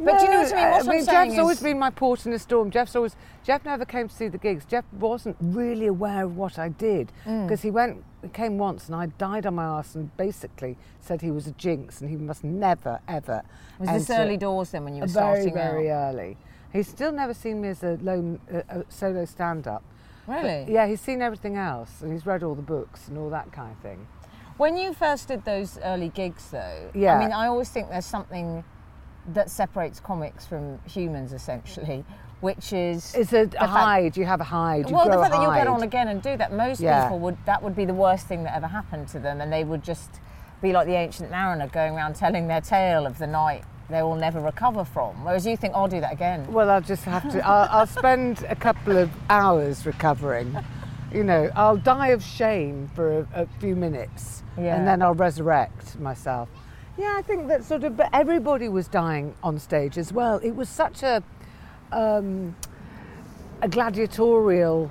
Speaker 3: but do you know what I mean? What I'm saying
Speaker 1: Jeff's
Speaker 3: is-
Speaker 1: always been my port in a storm. Jeff's always Jeff never came to see the gigs. Jeff wasn't really aware of what I did
Speaker 3: Mm.
Speaker 1: because he went he came once and I died on my ass and basically said he was a jinx and he must never ever.
Speaker 3: was this
Speaker 1: enter-
Speaker 3: early doors then when you were
Speaker 1: very
Speaker 3: starting
Speaker 1: very
Speaker 3: out?
Speaker 1: early. He's still never seen me as a lone a, a solo stand up.
Speaker 3: Really?
Speaker 1: Yeah, he's seen everything else and he's read all the books and all that kind of thing.
Speaker 3: When you first did those early gigs, though,
Speaker 1: Yeah.
Speaker 3: I mean, I always think there's something that separates comics from humans, essentially, which is
Speaker 1: It's a,
Speaker 3: the
Speaker 1: a
Speaker 3: fact-
Speaker 1: hide. You have a hide. You
Speaker 3: well,
Speaker 1: grow
Speaker 3: the
Speaker 1: a
Speaker 3: fact that you'll
Speaker 1: hide.
Speaker 3: get on again and do that, most
Speaker 1: Yeah.
Speaker 3: people would. That would be the worst thing that ever happened to them, and they would just be like the ancient mariner going around telling their tale of the night they will never recover from. Whereas you think, "Oh, I'll do that again.
Speaker 1: Well, I'll just have to. I'll, I'll spend a couple of hours recovering. You know, I'll die of shame for a, a few minutes,
Speaker 3: Yeah.
Speaker 1: and then I'll resurrect myself. Yeah, I think that sort of. But everybody was dying on stage as well. It was such a um, a gladiatorial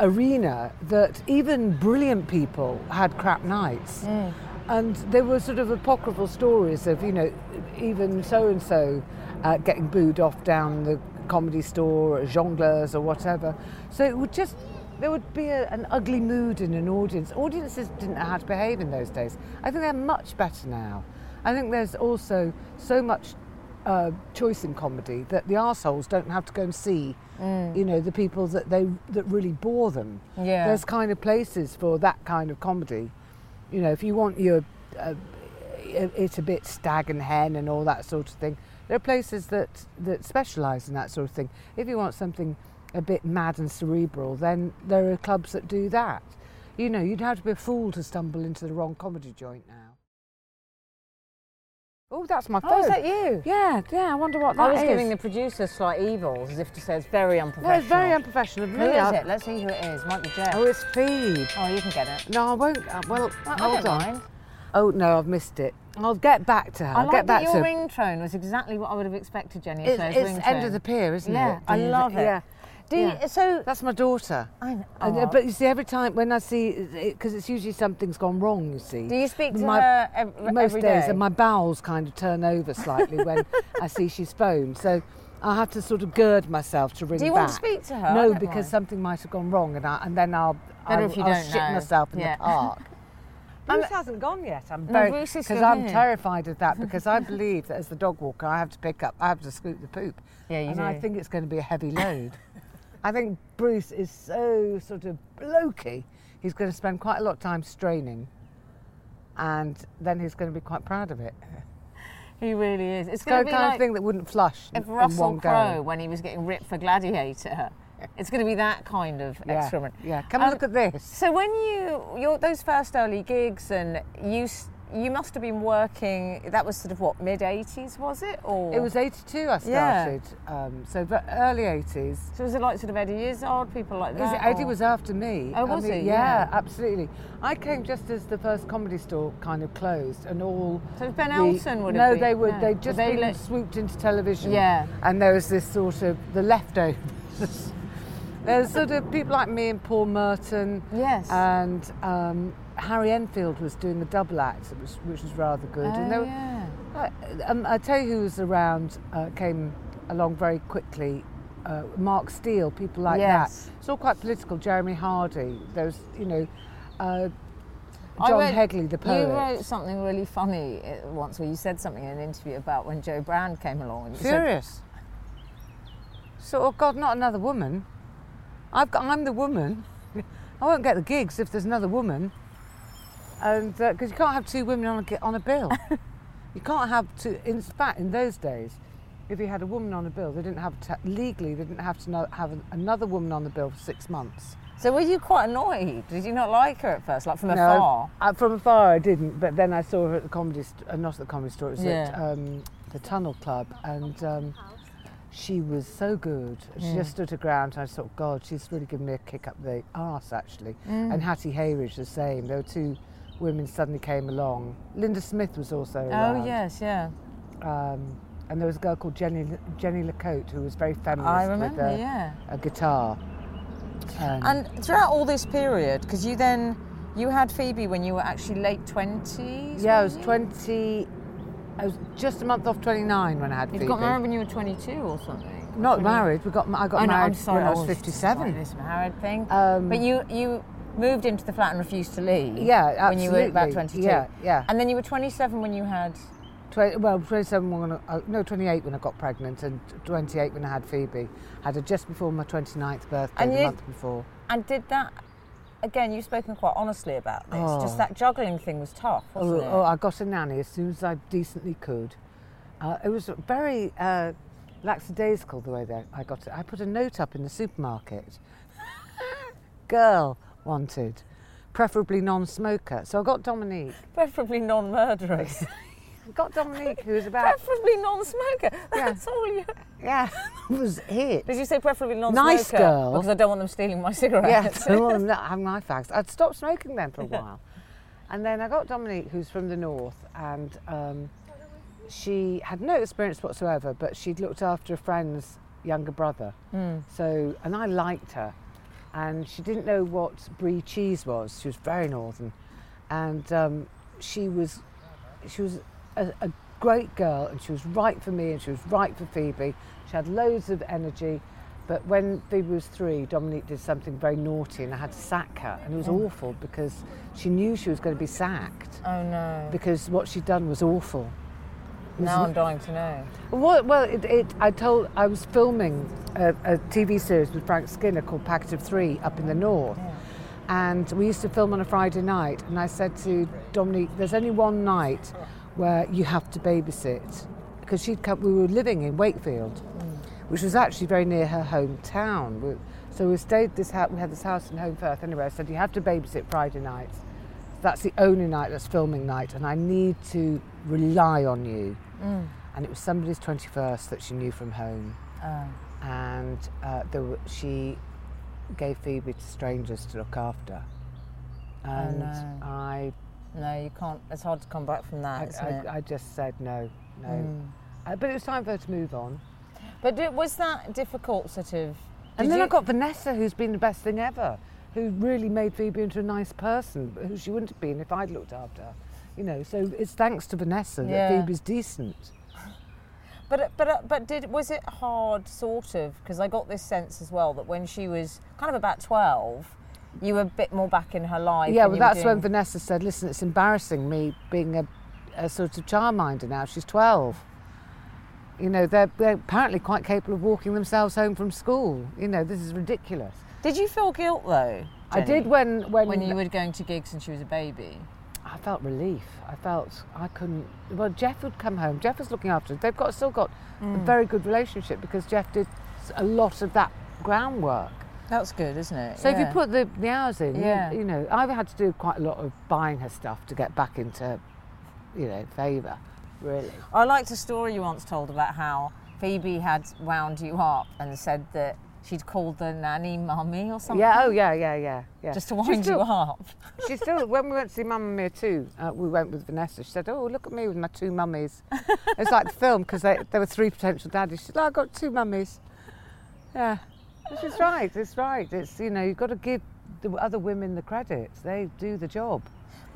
Speaker 1: arena that even brilliant people had crap nights. And there were sort of apocryphal stories of, you know, even so and so getting booed off down the comedy store, or jongleurs or whatever. So it would just, there would be a, an ugly mood in an audience. Audiences didn't know how to behave in those days. I think they're much better now. I think there's also so much uh, choice in comedy that the arseholes don't have to go and see, you know, the people that they that really bore them.
Speaker 3: Mm. Yeah.
Speaker 1: There's kind of places for that kind of comedy. You know, if you want your uh, it's a bit stag and hen and all that sort of thing. There are places that that specialise in that sort of thing. If you want something a bit mad and cerebral, then there are clubs that do that. You know, you'd have to be a fool to stumble into the wrong comedy joint now. Oh, that's my phone.
Speaker 3: Oh, is that you?
Speaker 1: Yeah, yeah. I wonder what that
Speaker 3: I
Speaker 1: is.
Speaker 3: was giving the producer slight evils, as if to say it's very unprofessional.
Speaker 1: no, it's very unprofessional of me.
Speaker 3: Who is
Speaker 1: I-
Speaker 3: it? Let's see who it is. Might be Jeff.
Speaker 1: Oh, it's feed.
Speaker 3: Oh, you can get it.
Speaker 1: No, I won't. uh, Well,
Speaker 3: I
Speaker 1: hold
Speaker 3: don't
Speaker 1: on.
Speaker 3: mind.
Speaker 1: Oh no, I've missed it. I'll get back to her.
Speaker 3: I
Speaker 1: I'll
Speaker 3: like
Speaker 1: get back
Speaker 3: that your
Speaker 1: to her.
Speaker 3: ringtone was exactly what I would have expected, Jenny.
Speaker 1: It's,
Speaker 3: as
Speaker 1: it's end of the pier, isn't
Speaker 3: Yeah,
Speaker 1: it?
Speaker 3: I love it.
Speaker 1: Yeah.
Speaker 3: Do you, Oh,
Speaker 1: yeah.
Speaker 3: so.
Speaker 1: That's my daughter.
Speaker 3: I know.
Speaker 1: And, uh, but you see, every time when I see, because it's usually something's gone wrong. You see.
Speaker 3: Do you speak to
Speaker 1: My-
Speaker 3: her ev- every
Speaker 1: most days,
Speaker 3: day?
Speaker 1: and my bowels kind of turn over slightly
Speaker 3: [laughs]
Speaker 1: when I see she's phoned. So I have to sort of gird myself to ring
Speaker 3: Do you
Speaker 1: back.
Speaker 3: want to speak to her? Oh, I
Speaker 1: No,
Speaker 3: don't
Speaker 1: because
Speaker 3: mind.
Speaker 1: something might have gone wrong, and I, and then I'll
Speaker 3: Better
Speaker 1: I'll,
Speaker 3: if you
Speaker 1: I'll
Speaker 3: don't
Speaker 1: shit
Speaker 3: know.
Speaker 1: myself in
Speaker 3: Yeah.
Speaker 1: the
Speaker 3: [laughs]
Speaker 1: park. Bruce hasn't gone yet. I'm
Speaker 3: No,
Speaker 1: very
Speaker 3: Bruce is
Speaker 1: because
Speaker 3: still
Speaker 1: I'm
Speaker 3: here.
Speaker 1: terrified of
Speaker 3: [laughs]
Speaker 1: that because I believe that as the dog walker I have to pick up I have to scoop the poop.
Speaker 3: Yeah, you
Speaker 1: and I
Speaker 3: do.
Speaker 1: think it's going to be a
Speaker 3: [laughs]
Speaker 1: heavy load. I think Bruce is so sort of blokey. He's going to spend quite a lot of time straining, and then he's going to be quite proud of it.
Speaker 3: He really is. It's
Speaker 1: It's
Speaker 3: going
Speaker 1: the
Speaker 3: to be
Speaker 1: kind
Speaker 3: like
Speaker 1: of thing that wouldn't flush
Speaker 3: if
Speaker 1: in
Speaker 3: Russell
Speaker 1: one
Speaker 3: Crowe
Speaker 1: go.
Speaker 3: when he was getting ripped for Gladiator. It's going to be that kind of
Speaker 1: Yeah,
Speaker 3: experiment.
Speaker 1: yeah. Come and
Speaker 3: Um,
Speaker 1: look at this.
Speaker 3: So when you your those first early gigs and you s- you must have been working. That was sort of what mid eighties was it or
Speaker 1: It was 82 I started, um, so the early 80s.
Speaker 3: So was it like sort of Eddie Izzard people like
Speaker 1: Is
Speaker 3: that?
Speaker 1: it, Eddie
Speaker 3: or-
Speaker 1: was after me.
Speaker 3: Oh, was
Speaker 1: I mean,
Speaker 3: he?
Speaker 1: Yeah,
Speaker 3: Yeah.
Speaker 1: absolutely. I came just as the first comedy store kind of closed, and all.
Speaker 3: So Ben
Speaker 1: the-
Speaker 3: Elton would have
Speaker 1: No,
Speaker 3: been-
Speaker 1: they were.
Speaker 3: no.
Speaker 1: They
Speaker 3: Were
Speaker 1: just
Speaker 3: they
Speaker 1: been
Speaker 3: let-
Speaker 1: swooped into television.
Speaker 3: Yeah.
Speaker 1: and there was this sort of the leftovers. [laughs] There's sort of people like me and Paul Merton.
Speaker 3: Yes.
Speaker 1: And um, Harry Enfield was doing a double act, which, which was rather good.
Speaker 3: Oh,
Speaker 1: and there were-
Speaker 3: yeah.
Speaker 1: I, um, I tell you who was around, uh, came along very quickly. Uh, Mark Steele, people like
Speaker 3: Yes.
Speaker 1: that. It's all quite political. Jeremy Hardy, those, you know, uh,
Speaker 3: Oh, I
Speaker 1: John
Speaker 3: read-
Speaker 1: Hegley, the poet.
Speaker 3: You wrote something really funny uh, once, where you said something in an interview about when Joe Brand came along. And you said,
Speaker 1: Furious. So, oh God, not another woman. I've got, I'm the woman. I won't get the gigs if there's another woman. And because you can't have two women on a, gi- on a bill. you can't have two. In fact, in those days, if you had a woman on a bill, they didn't have to, legally they didn't have to know, have an- another woman on the bill for six months.
Speaker 3: So were you quite annoyed? Did you not like her at first, like from afar?
Speaker 1: I, uh, from afar, I didn't. But then I saw her at the comedy, st- uh, not at the comedy store. It was at
Speaker 3: Yeah.
Speaker 1: um, the Tunnel Club, and um, she was so good. She just stood her ground. And I thought, God, she's really given me a kick up the arse, actually.
Speaker 3: Mm.
Speaker 1: And Hattie Hayridge the same. There were two women suddenly came along. Linda Smith was also around.
Speaker 3: Oh yes, yeah.
Speaker 1: Um, and there was a girl called Jenny Jenny Lacote who was very feminist
Speaker 3: I remember,
Speaker 1: with a,
Speaker 3: yeah.
Speaker 1: a guitar. Um,
Speaker 3: And throughout all this period, because you then you had Phoebe when you were actually late twenties.
Speaker 1: Yeah, I was 20. I was just a month off 29 when I had
Speaker 3: You
Speaker 1: Phoebe.
Speaker 3: got married when you were twenty-two or something.
Speaker 1: Not married. We got. ma- I got
Speaker 3: oh, no,
Speaker 1: married
Speaker 3: I'm sorry,
Speaker 1: when I was
Speaker 3: always Like
Speaker 1: 57.
Speaker 3: this married thing.
Speaker 1: Um,
Speaker 3: but you you moved into the flat and refused to leave.
Speaker 1: Yeah,
Speaker 3: When you were about
Speaker 1: absolutely.
Speaker 3: twenty-two.
Speaker 1: Yeah, yeah.
Speaker 3: And then you were twenty-seven when you had.
Speaker 1: Twenty, well, 27 when I, uh, no, 28 when I got pregnant, and 28 when I had Phoebe. Had her just before my 29th birthday,
Speaker 3: And
Speaker 1: the
Speaker 3: you-
Speaker 1: month before.
Speaker 3: And did that? Again, you've spoken quite honestly about this.
Speaker 1: Oh.
Speaker 3: Just that juggling thing was tough,
Speaker 1: Oh,
Speaker 3: wasn't it?
Speaker 1: oh, I got a nanny as soon as I decently could. Uh, it was very uh, lackadaisical the way that I got it. I put a note up in the supermarket. [laughs] Girl wanted, preferably non-smoker. So I got Dominique. [laughs]
Speaker 3: Preferably non-murderers.
Speaker 1: I got Dominique, who was
Speaker 3: [laughs]
Speaker 1: about
Speaker 3: preferably non-smoker. That's all you. [laughs]
Speaker 1: yeah, [laughs] was it.
Speaker 3: Did you say preferably non-smoker?
Speaker 1: Nice girl.
Speaker 3: Because I don't want them stealing my
Speaker 1: Yeah,
Speaker 3: cigarettes.
Speaker 1: so I'm not having my fags. I'd stopped smoking then for a while. And then I got Dominique, who's from the north, and um, she had no experience whatsoever, but she'd looked after a friend's younger brother. So, and I liked her. And she didn't know what brie cheese was. She was very northern. And um, she was, she was a, a great girl, and she was right for me, and she was right for Phoebe. She had loads of energy. But when Phoebe was three, Dominique did something very naughty, and I had to sack her. And it was awful because she knew she was going to be sacked
Speaker 3: [laughs] Oh no.
Speaker 1: because what she'd done was awful.
Speaker 3: Now I'm dying to know.
Speaker 1: Well, well it, it, I told I was filming a, a TV series with Frank Skinner called Packet of Three up in the north, and we used to film on a Friday night. And I said to Dominique, "There's only one night where you have to babysit," because she'd come. We were living in Wakefield, which was actually very near her hometown. We, so we stayed this house. We had this house in Home Firth anyway. I said, "You have to babysit Friday nights. That's the only night that's filming night, and I need to rely on you." and it was somebody's 21st that she knew from home. And uh, there were, she gave Phoebe to strangers to look after. And I,
Speaker 3: No, you can't. It's hard to come back from that,
Speaker 1: I,
Speaker 3: isn't
Speaker 1: I,
Speaker 3: it?
Speaker 1: I just said no, no. Uh, but it was time for her to move on.
Speaker 3: But did, was that difficult, sort of?
Speaker 1: And
Speaker 3: did
Speaker 1: then
Speaker 3: you-
Speaker 1: I got Vanessa, who's been the best thing ever, who really made Phoebe into a nice person, who she wouldn't have been if I'd looked after her. You know, so it's thanks to Vanessa that
Speaker 3: Yeah.
Speaker 1: Phoebe's decent.
Speaker 3: But but but did was it hard, sort of? Because I got this sense as well that when she was kind of about twelve, you were a bit more back in her life.
Speaker 1: Yeah, well,
Speaker 3: and you were
Speaker 1: that's when
Speaker 3: doing-
Speaker 1: Vanessa said, "Listen, it's embarrassing me being a, a sort of childminder now. She's 12. You know, they're, they're apparently quite capable of walking themselves home from school. You know, this is ridiculous.
Speaker 3: Did you feel guilt though?
Speaker 1: I did
Speaker 3: Jenny,
Speaker 1: when when,
Speaker 3: when you were going to gigs and she was a baby.
Speaker 1: I felt relief. I felt I couldn't. Well, Jeff would come home. Jeff was looking after. us. They've got still got
Speaker 3: Mm.
Speaker 1: a very good relationship because Jeff did s- a lot of that groundwork.
Speaker 3: That's good, isn't it?
Speaker 1: So if you put the, the hours in, you-
Speaker 3: Yeah.
Speaker 1: you, know, I had to do quite a lot of buying her stuff to get back into, you know, favour, really.
Speaker 3: I liked a story you once told about how Phoebe had wound you up and said that she'd called the nanny mummy or something.
Speaker 1: Yeah, oh, yeah, yeah, yeah. yeah.
Speaker 3: Just to
Speaker 1: She
Speaker 3: wind
Speaker 1: still,
Speaker 3: you up.
Speaker 1: She still, when we went to see Mamma Mia 2, uh, we went with Vanessa. She said, Oh, look at me with my two mummies. it's like the film because there were three potential daddies. She said, "Oh, I've got two mummies. Yeah. Which is right, it's right. It's, you know, you've got to give the other women the credit. They do the job.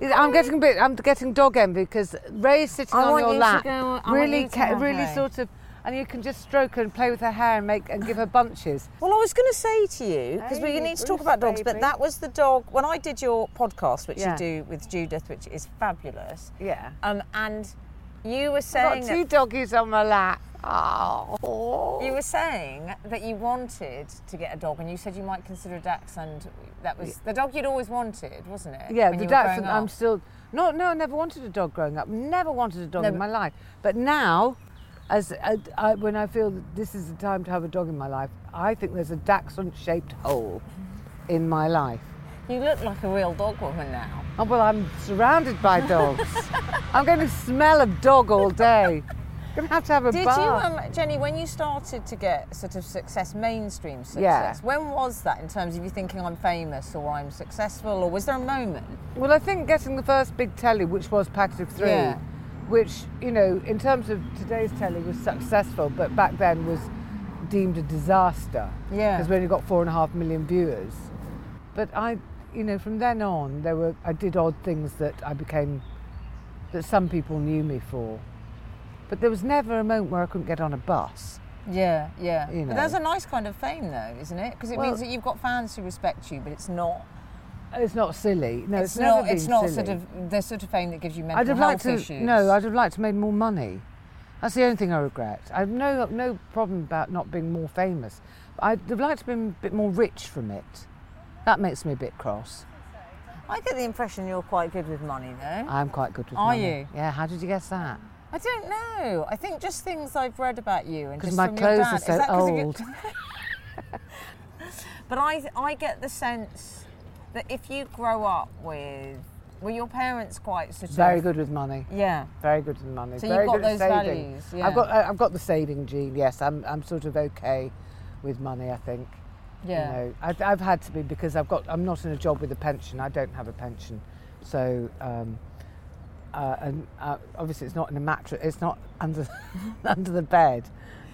Speaker 1: I'm getting a bit. I'm getting dog envy because Ray's sitting
Speaker 3: I
Speaker 1: on
Speaker 3: want
Speaker 1: your
Speaker 3: you to
Speaker 1: lap,
Speaker 3: go- I want
Speaker 1: really,
Speaker 3: you to
Speaker 1: ca-
Speaker 3: have
Speaker 1: really
Speaker 3: Ray.
Speaker 1: sort of, and you can just stroke her and play with her hair and make and give her bunches.
Speaker 3: Well, I was going to say to you, because we
Speaker 1: Hey,
Speaker 3: need to
Speaker 1: Bruce,
Speaker 3: talk about dogs, but
Speaker 1: baby.
Speaker 3: that was the dog. When I did your podcast, which
Speaker 1: Yeah.
Speaker 3: you do with Judith, which is fabulous,
Speaker 1: Yeah.
Speaker 3: um, and you were
Speaker 1: I've
Speaker 3: saying
Speaker 1: got two
Speaker 3: that,
Speaker 1: doggies on my lap. Oh.
Speaker 3: you were saying that you wanted to get a dog, and you said you might consider a dachshund. That was the dog you'd always wanted, wasn't it?
Speaker 1: Yeah,
Speaker 3: when
Speaker 1: the
Speaker 3: you were growing
Speaker 1: dachshund. I'm
Speaker 3: up?
Speaker 1: still. No, no, I never wanted a dog growing up. Never wanted a dog
Speaker 3: No,
Speaker 1: in
Speaker 3: but-
Speaker 1: my life. But now, as I, I, when I feel that this is the time to have a dog in my life, I think there's a dachshund-shaped hole in my life.
Speaker 3: You look like a real dog woman now.
Speaker 1: Oh, well, I'm surrounded by dogs.
Speaker 3: [laughs]
Speaker 1: I'm going to smell a dog all day. I'm going to have to have a
Speaker 3: Did
Speaker 1: bath.
Speaker 3: you, um, Jenny, when you started to get sort of success, mainstream success, when was that in terms of you thinking I'm famous or I'm successful or was there a moment?
Speaker 1: Well, I think getting the first big telly, which was Package of Three,
Speaker 3: Yeah.
Speaker 1: which, you know, in terms of today's telly was successful, but back then was deemed a disaster.
Speaker 3: Yeah.
Speaker 1: Because we only got four and a half million viewers. But I, you know, from then on, there were, I did odd things that I became, that some people knew me for. But there was never a moment where I couldn't get on a bus.
Speaker 3: Yeah, yeah.
Speaker 1: You
Speaker 3: But
Speaker 1: know.
Speaker 3: that's a nice kind of fame, though, isn't it? Because it
Speaker 1: Well-
Speaker 3: means that you've got fans who respect you, but it's not.
Speaker 1: It's not silly. No, it's,
Speaker 3: It's,
Speaker 1: never
Speaker 3: not.
Speaker 1: been
Speaker 3: It's not
Speaker 1: silly.
Speaker 3: sort of the sort of fame that gives you mental
Speaker 1: I'd have liked
Speaker 3: health
Speaker 1: to.
Speaker 3: issues.
Speaker 1: No, I'd have liked to made more money. That's the only thing I regret. I've no no problem about not being more famous. I'd have liked to been a bit more rich from it. That makes me a bit cross.
Speaker 3: I get the impression you're quite good with money, though.
Speaker 1: I'm quite good with
Speaker 3: Are
Speaker 1: money.
Speaker 3: you?
Speaker 1: Yeah. How did you guess that?
Speaker 3: I don't know. I think just things I've read about you and
Speaker 1: Because
Speaker 3: just
Speaker 1: my
Speaker 3: from
Speaker 1: clothes
Speaker 3: your
Speaker 1: are
Speaker 3: dad. Is
Speaker 1: so
Speaker 3: that 'cause of your-
Speaker 1: old.
Speaker 3: But I, I get the sense that if you grow up with, were your parents quite sort
Speaker 1: Very
Speaker 3: of
Speaker 1: good with money.
Speaker 3: Yeah.
Speaker 1: Very good with money.
Speaker 3: So you've
Speaker 1: Very
Speaker 3: got
Speaker 1: good at
Speaker 3: those
Speaker 1: saving.
Speaker 3: values,
Speaker 1: I've
Speaker 3: yeah.
Speaker 1: got I- I've got the saving gene. Yes, I'm I'm sort of okay with money. I think.
Speaker 3: Yeah.
Speaker 1: You know, I've, I've had to be because I've got. I'm not in a job with a pension. I don't have a pension, so. Um, uh, and uh, obviously, it's not in a mattress. It's not [laughs] under under the bed.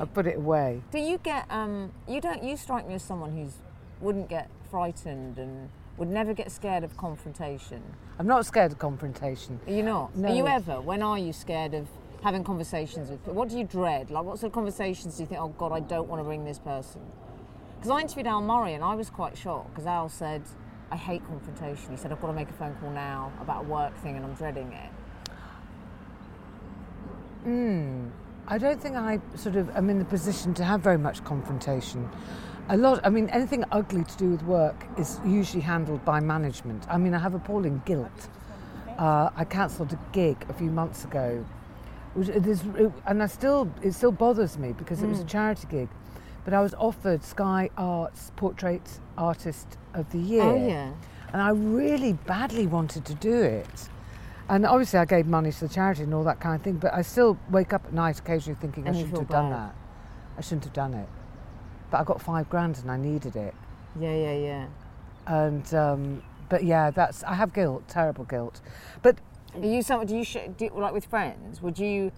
Speaker 1: I put it away.
Speaker 3: Do you get um you don't you strike me as someone who's wouldn't get frightened and would never get scared of confrontation.
Speaker 1: I'm not scared of confrontation.
Speaker 3: Are you not?
Speaker 1: No.
Speaker 3: Are you ever? When are you scared of having conversations with people? What do you dread? Like what sort of conversations do you think, oh God, I don't want to bring this person? Because I interviewed Al Murray and I was quite shocked because Al said, I hate confrontation. He said, I've got to make a phone call now about a work thing and I'm dreading it.
Speaker 1: I don't think I sort of am in the position to have very much confrontation. A lot, I mean, anything ugly to do with work is usually handled by management. I mean, I have appalling guilt. Uh, I cancelled a gig a few months ago, which it is, it, and I still it still bothers me because it
Speaker 3: Mm.
Speaker 1: was a charity gig. But I was offered Sky Arts Portrait Artist of the Year.
Speaker 3: Oh, yeah.
Speaker 1: And I really badly wanted to do it. And obviously, I gave money to the charity and all that kind of thing, but I still wake up at night occasionally thinking I
Speaker 3: And you
Speaker 1: shouldn't
Speaker 3: feel
Speaker 1: have done
Speaker 3: bad.
Speaker 1: that. I shouldn't have done it. But I got five grand and I needed it.
Speaker 3: Yeah, yeah, yeah.
Speaker 1: And, um, but yeah, that's, I have guilt, terrible guilt. But
Speaker 3: Are you someone? Do you sh- do, like with friends? Would you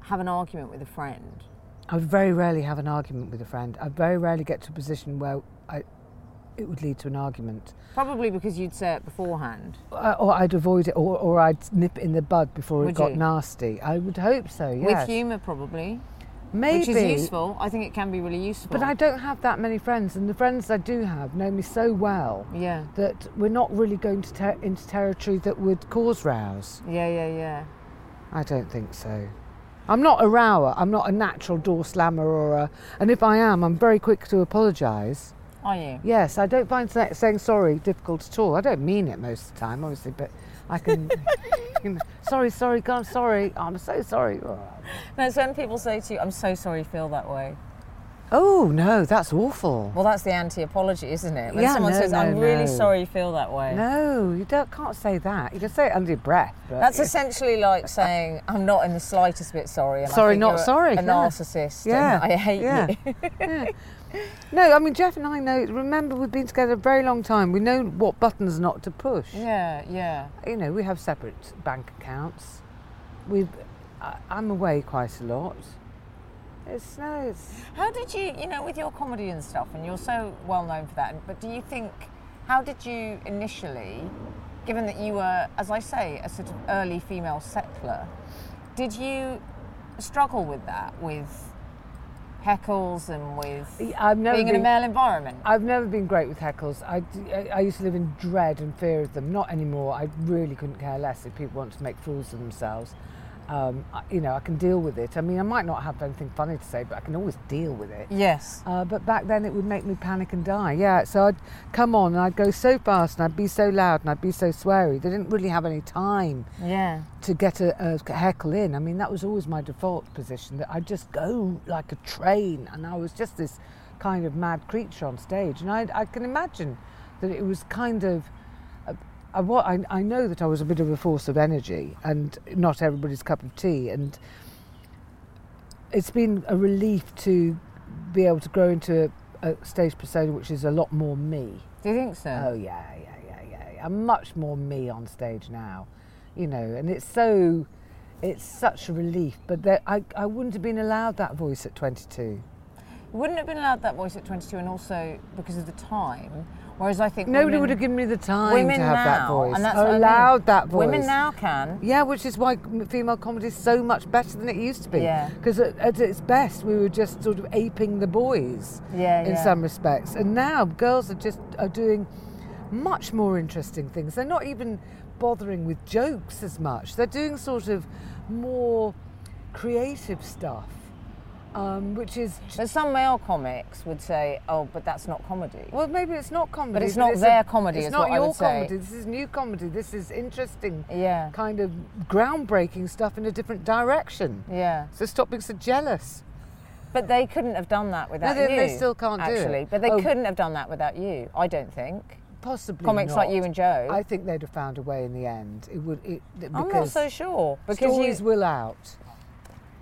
Speaker 3: have an argument with a friend?
Speaker 1: I very rarely have an argument with a friend. I very rarely get to a position where I, it would lead to an argument.
Speaker 3: Probably because you'd say it beforehand.
Speaker 1: Uh, Or I'd avoid it, or, or I'd nip it in the bud before it
Speaker 3: Would
Speaker 1: got
Speaker 3: you?
Speaker 1: nasty. I would hope so, yes.
Speaker 3: With humour, probably,
Speaker 1: Maybe.
Speaker 3: which is useful. I think it can be really useful.
Speaker 1: But I don't have that many friends, and the friends I do have know me so well
Speaker 3: Yeah,
Speaker 1: that we're not really going to ter- into territory that would cause rows.
Speaker 3: yeah, yeah, yeah.
Speaker 1: I don't think so. I'm not a rower. I'm not a natural door slammer or a. And if I am, I'm very quick to apologise.
Speaker 3: Are you?
Speaker 1: Yes, I don't find sa- saying sorry difficult at all. I don't mean it most of the time, obviously, but I can. [laughs] you know, sorry, sorry, God, I'm sorry. I'm so sorry.
Speaker 3: No, it's when people say to you, "I'm so sorry, you feel that way."
Speaker 1: Oh no, that's awful.
Speaker 3: Well, that's the anti-apology, isn't it? When
Speaker 1: Yeah,
Speaker 3: someone
Speaker 1: no,
Speaker 3: says, "I'm
Speaker 1: no,
Speaker 3: really
Speaker 1: no.
Speaker 3: sorry, you feel that way,"
Speaker 1: No, you don't, can't say that. You can say it under your breath. But
Speaker 3: that's essentially like saying, "I'm not in the slightest bit sorry." And I
Speaker 1: Sorry,
Speaker 3: think
Speaker 1: not
Speaker 3: you're a-
Speaker 1: sorry,
Speaker 3: A
Speaker 1: yeah.
Speaker 3: narcissist.
Speaker 1: Yeah,
Speaker 3: And [laughs] I hate
Speaker 1: yeah.
Speaker 3: you.
Speaker 1: No, I mean Jeff and I know. Remember, we've been together a very long time. We know what buttons not to push.
Speaker 3: yeah, yeah.
Speaker 1: You know, we have separate bank accounts. We, I- I'm away quite a lot. It's no, it's
Speaker 3: How did you, you know, with your comedy and stuff, and you're so well known for that, but do you think, how did you initially, given that you were, as I say, a sort of early female settler, did you struggle with that, with heckles and with
Speaker 1: I've never
Speaker 3: being in a
Speaker 1: been-
Speaker 3: male environment?
Speaker 1: I've never been great with heckles. I, d- I- I used to live in dread and fear of them. Not anymore. I really couldn't care less if people want to make fools of themselves. Um, I, you know, I can deal with it. I mean, I might not have anything funny to say, but I can always deal with it.
Speaker 3: Yes.
Speaker 1: Uh, but back then it would make me panic and die. Yeah, so I'd come on and I'd go so fast and I'd be so loud and I'd be so sweary. They didn't really have any time
Speaker 3: Yeah.
Speaker 1: to get a, a heckle in. I mean, that was always my default position that I'd just go like a train and I was just this kind of mad creature on stage. And I, I can imagine that it was kind of. uh, I, wa- I, I know that I was a bit of a force of energy and not everybody's cup of tea, and it's been a relief to be able to grow into a, a stage persona which is a lot more me.
Speaker 3: Do you think so?
Speaker 1: Oh yeah, yeah, yeah, yeah, yeah. I'm much more me on stage now, you know, and it's so, it's such a relief. But there, I, I wouldn't have been allowed that voice at 22.
Speaker 3: Wouldn't have been allowed that voice at 22, and also because of the time. Whereas I think
Speaker 1: Nobody
Speaker 3: women-
Speaker 1: would have given me the time
Speaker 3: women
Speaker 1: to have that
Speaker 3: now,
Speaker 1: voice.
Speaker 3: and that's what I mean.
Speaker 1: allowed that voice.
Speaker 3: Women now can.
Speaker 1: Yeah, which is why m- female comedy is so much better than it used to be.
Speaker 3: Yeah.
Speaker 1: Because at, at its best, we were just sort of aping the boys.
Speaker 3: Yeah,
Speaker 1: In
Speaker 3: yeah.
Speaker 1: some respects, and now girls are just are doing much more interesting things. They're not even bothering with jokes as much. They're doing sort of more creative stuff, um, which is.
Speaker 3: But some male comics would say, "Oh, but that's not comedy."
Speaker 1: Well, maybe it's not comedy,
Speaker 3: it's not their comedy
Speaker 1: It's
Speaker 3: is
Speaker 1: not
Speaker 3: what I
Speaker 1: your
Speaker 3: would say.
Speaker 1: comedy. This is new comedy. This is interesting,
Speaker 3: Yeah.
Speaker 1: kind of groundbreaking stuff in a different direction.
Speaker 3: Yeah,
Speaker 1: So stop being so jealous.
Speaker 3: but they couldn't have done that without
Speaker 1: they-
Speaker 3: you.
Speaker 1: they still can't do it.
Speaker 3: actually. But they
Speaker 1: Oh.
Speaker 3: couldn't have done that without you. I don't think.
Speaker 1: Possibly
Speaker 3: Comics
Speaker 1: not.
Speaker 3: like you and Joe.
Speaker 1: I think they'd have found a way in the end. It would. It, because
Speaker 3: I'm not so sure because
Speaker 1: stories
Speaker 3: you,
Speaker 1: will out.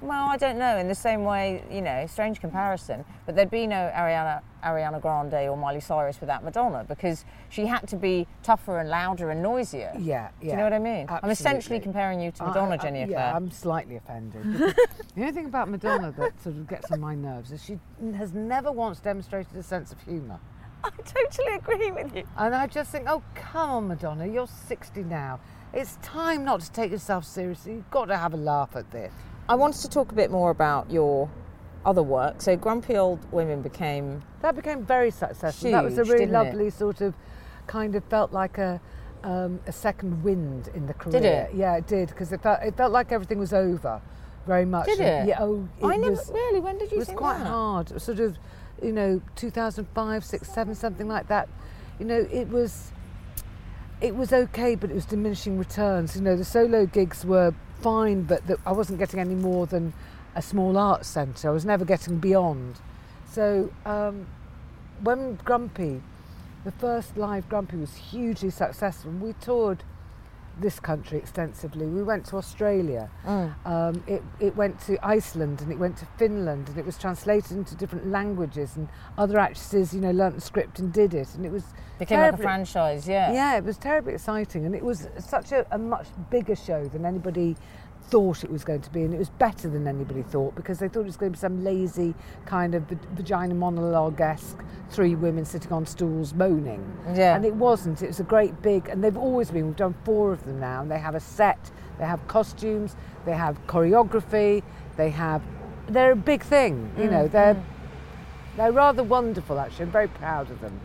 Speaker 3: well, I don't know. In the same way, you know, strange comparison, but there'd be no Ariana Ariana Grande or Miley Cyrus without Madonna because she had to be tougher and louder and noisier.
Speaker 1: Yeah, yeah.
Speaker 3: Do you know what I mean? I'm essentially
Speaker 1: absolutely.
Speaker 3: comparing you to
Speaker 1: I-
Speaker 3: Madonna,
Speaker 1: I-
Speaker 3: Jenny
Speaker 1: Yeah,
Speaker 3: Eclair.
Speaker 1: I'm slightly offended. [laughs] because the only thing about Madonna that sort of gets on my nerves is she has never once demonstrated a sense of humour.
Speaker 3: [laughs] I totally agree with you.
Speaker 1: And I just think, oh, come on, Madonna, you're 60 now. It's time not to take yourself seriously. You've got to have a laugh at this.
Speaker 3: I wanted to talk a bit more about your other work. So, Grumpy Old Women became.
Speaker 1: That became very successful. that was a
Speaker 3: Huge,
Speaker 1: really
Speaker 3: didn't it?
Speaker 1: lovely sort of kind of felt like a um, a second wind in the career.
Speaker 3: it?
Speaker 1: Yeah, it did because it felt it felt like everything was over, very much.
Speaker 3: Did
Speaker 1: And
Speaker 3: it?
Speaker 1: Yeah. Oh, it
Speaker 3: I never
Speaker 1: was,
Speaker 3: really. When did
Speaker 1: it
Speaker 3: you
Speaker 1: was
Speaker 3: think
Speaker 1: quite
Speaker 3: that?
Speaker 1: hard. Sort of, you know, 2005, 6, 7, something like that. You know, it was it was okay, but it was diminishing returns. You know, the solo gigs were fine, but the, I wasn't getting any more than a small arts centre. I was never getting beyond. So um, when Grumpy, the first live Grumpy was hugely successful. We toured this country extensively. We went to Australia.
Speaker 3: Mm.
Speaker 1: Um, it, it went to Iceland and it went to Finland and it was translated into different languages and other actresses, you know, learnt the script and did it. And it was
Speaker 3: Became like a
Speaker 1: terribly-
Speaker 3: franchise, yeah.
Speaker 1: yeah, it was terribly exciting, and it was such a, a much bigger show than anybody thought it was going to be, and it was better than anybody thought because they thought it was going to be some lazy kind of v- vagina monologue esque three women sitting on stools moaning.
Speaker 3: Yeah.
Speaker 1: And it wasn't. It was a great big, and they've always been. We've done four of them now, and they have a set, they have costumes, they have choreography, they have. They're a big thing,
Speaker 3: Mm,
Speaker 1: you know. They're they're rather wonderful, actually. I'm very proud of them.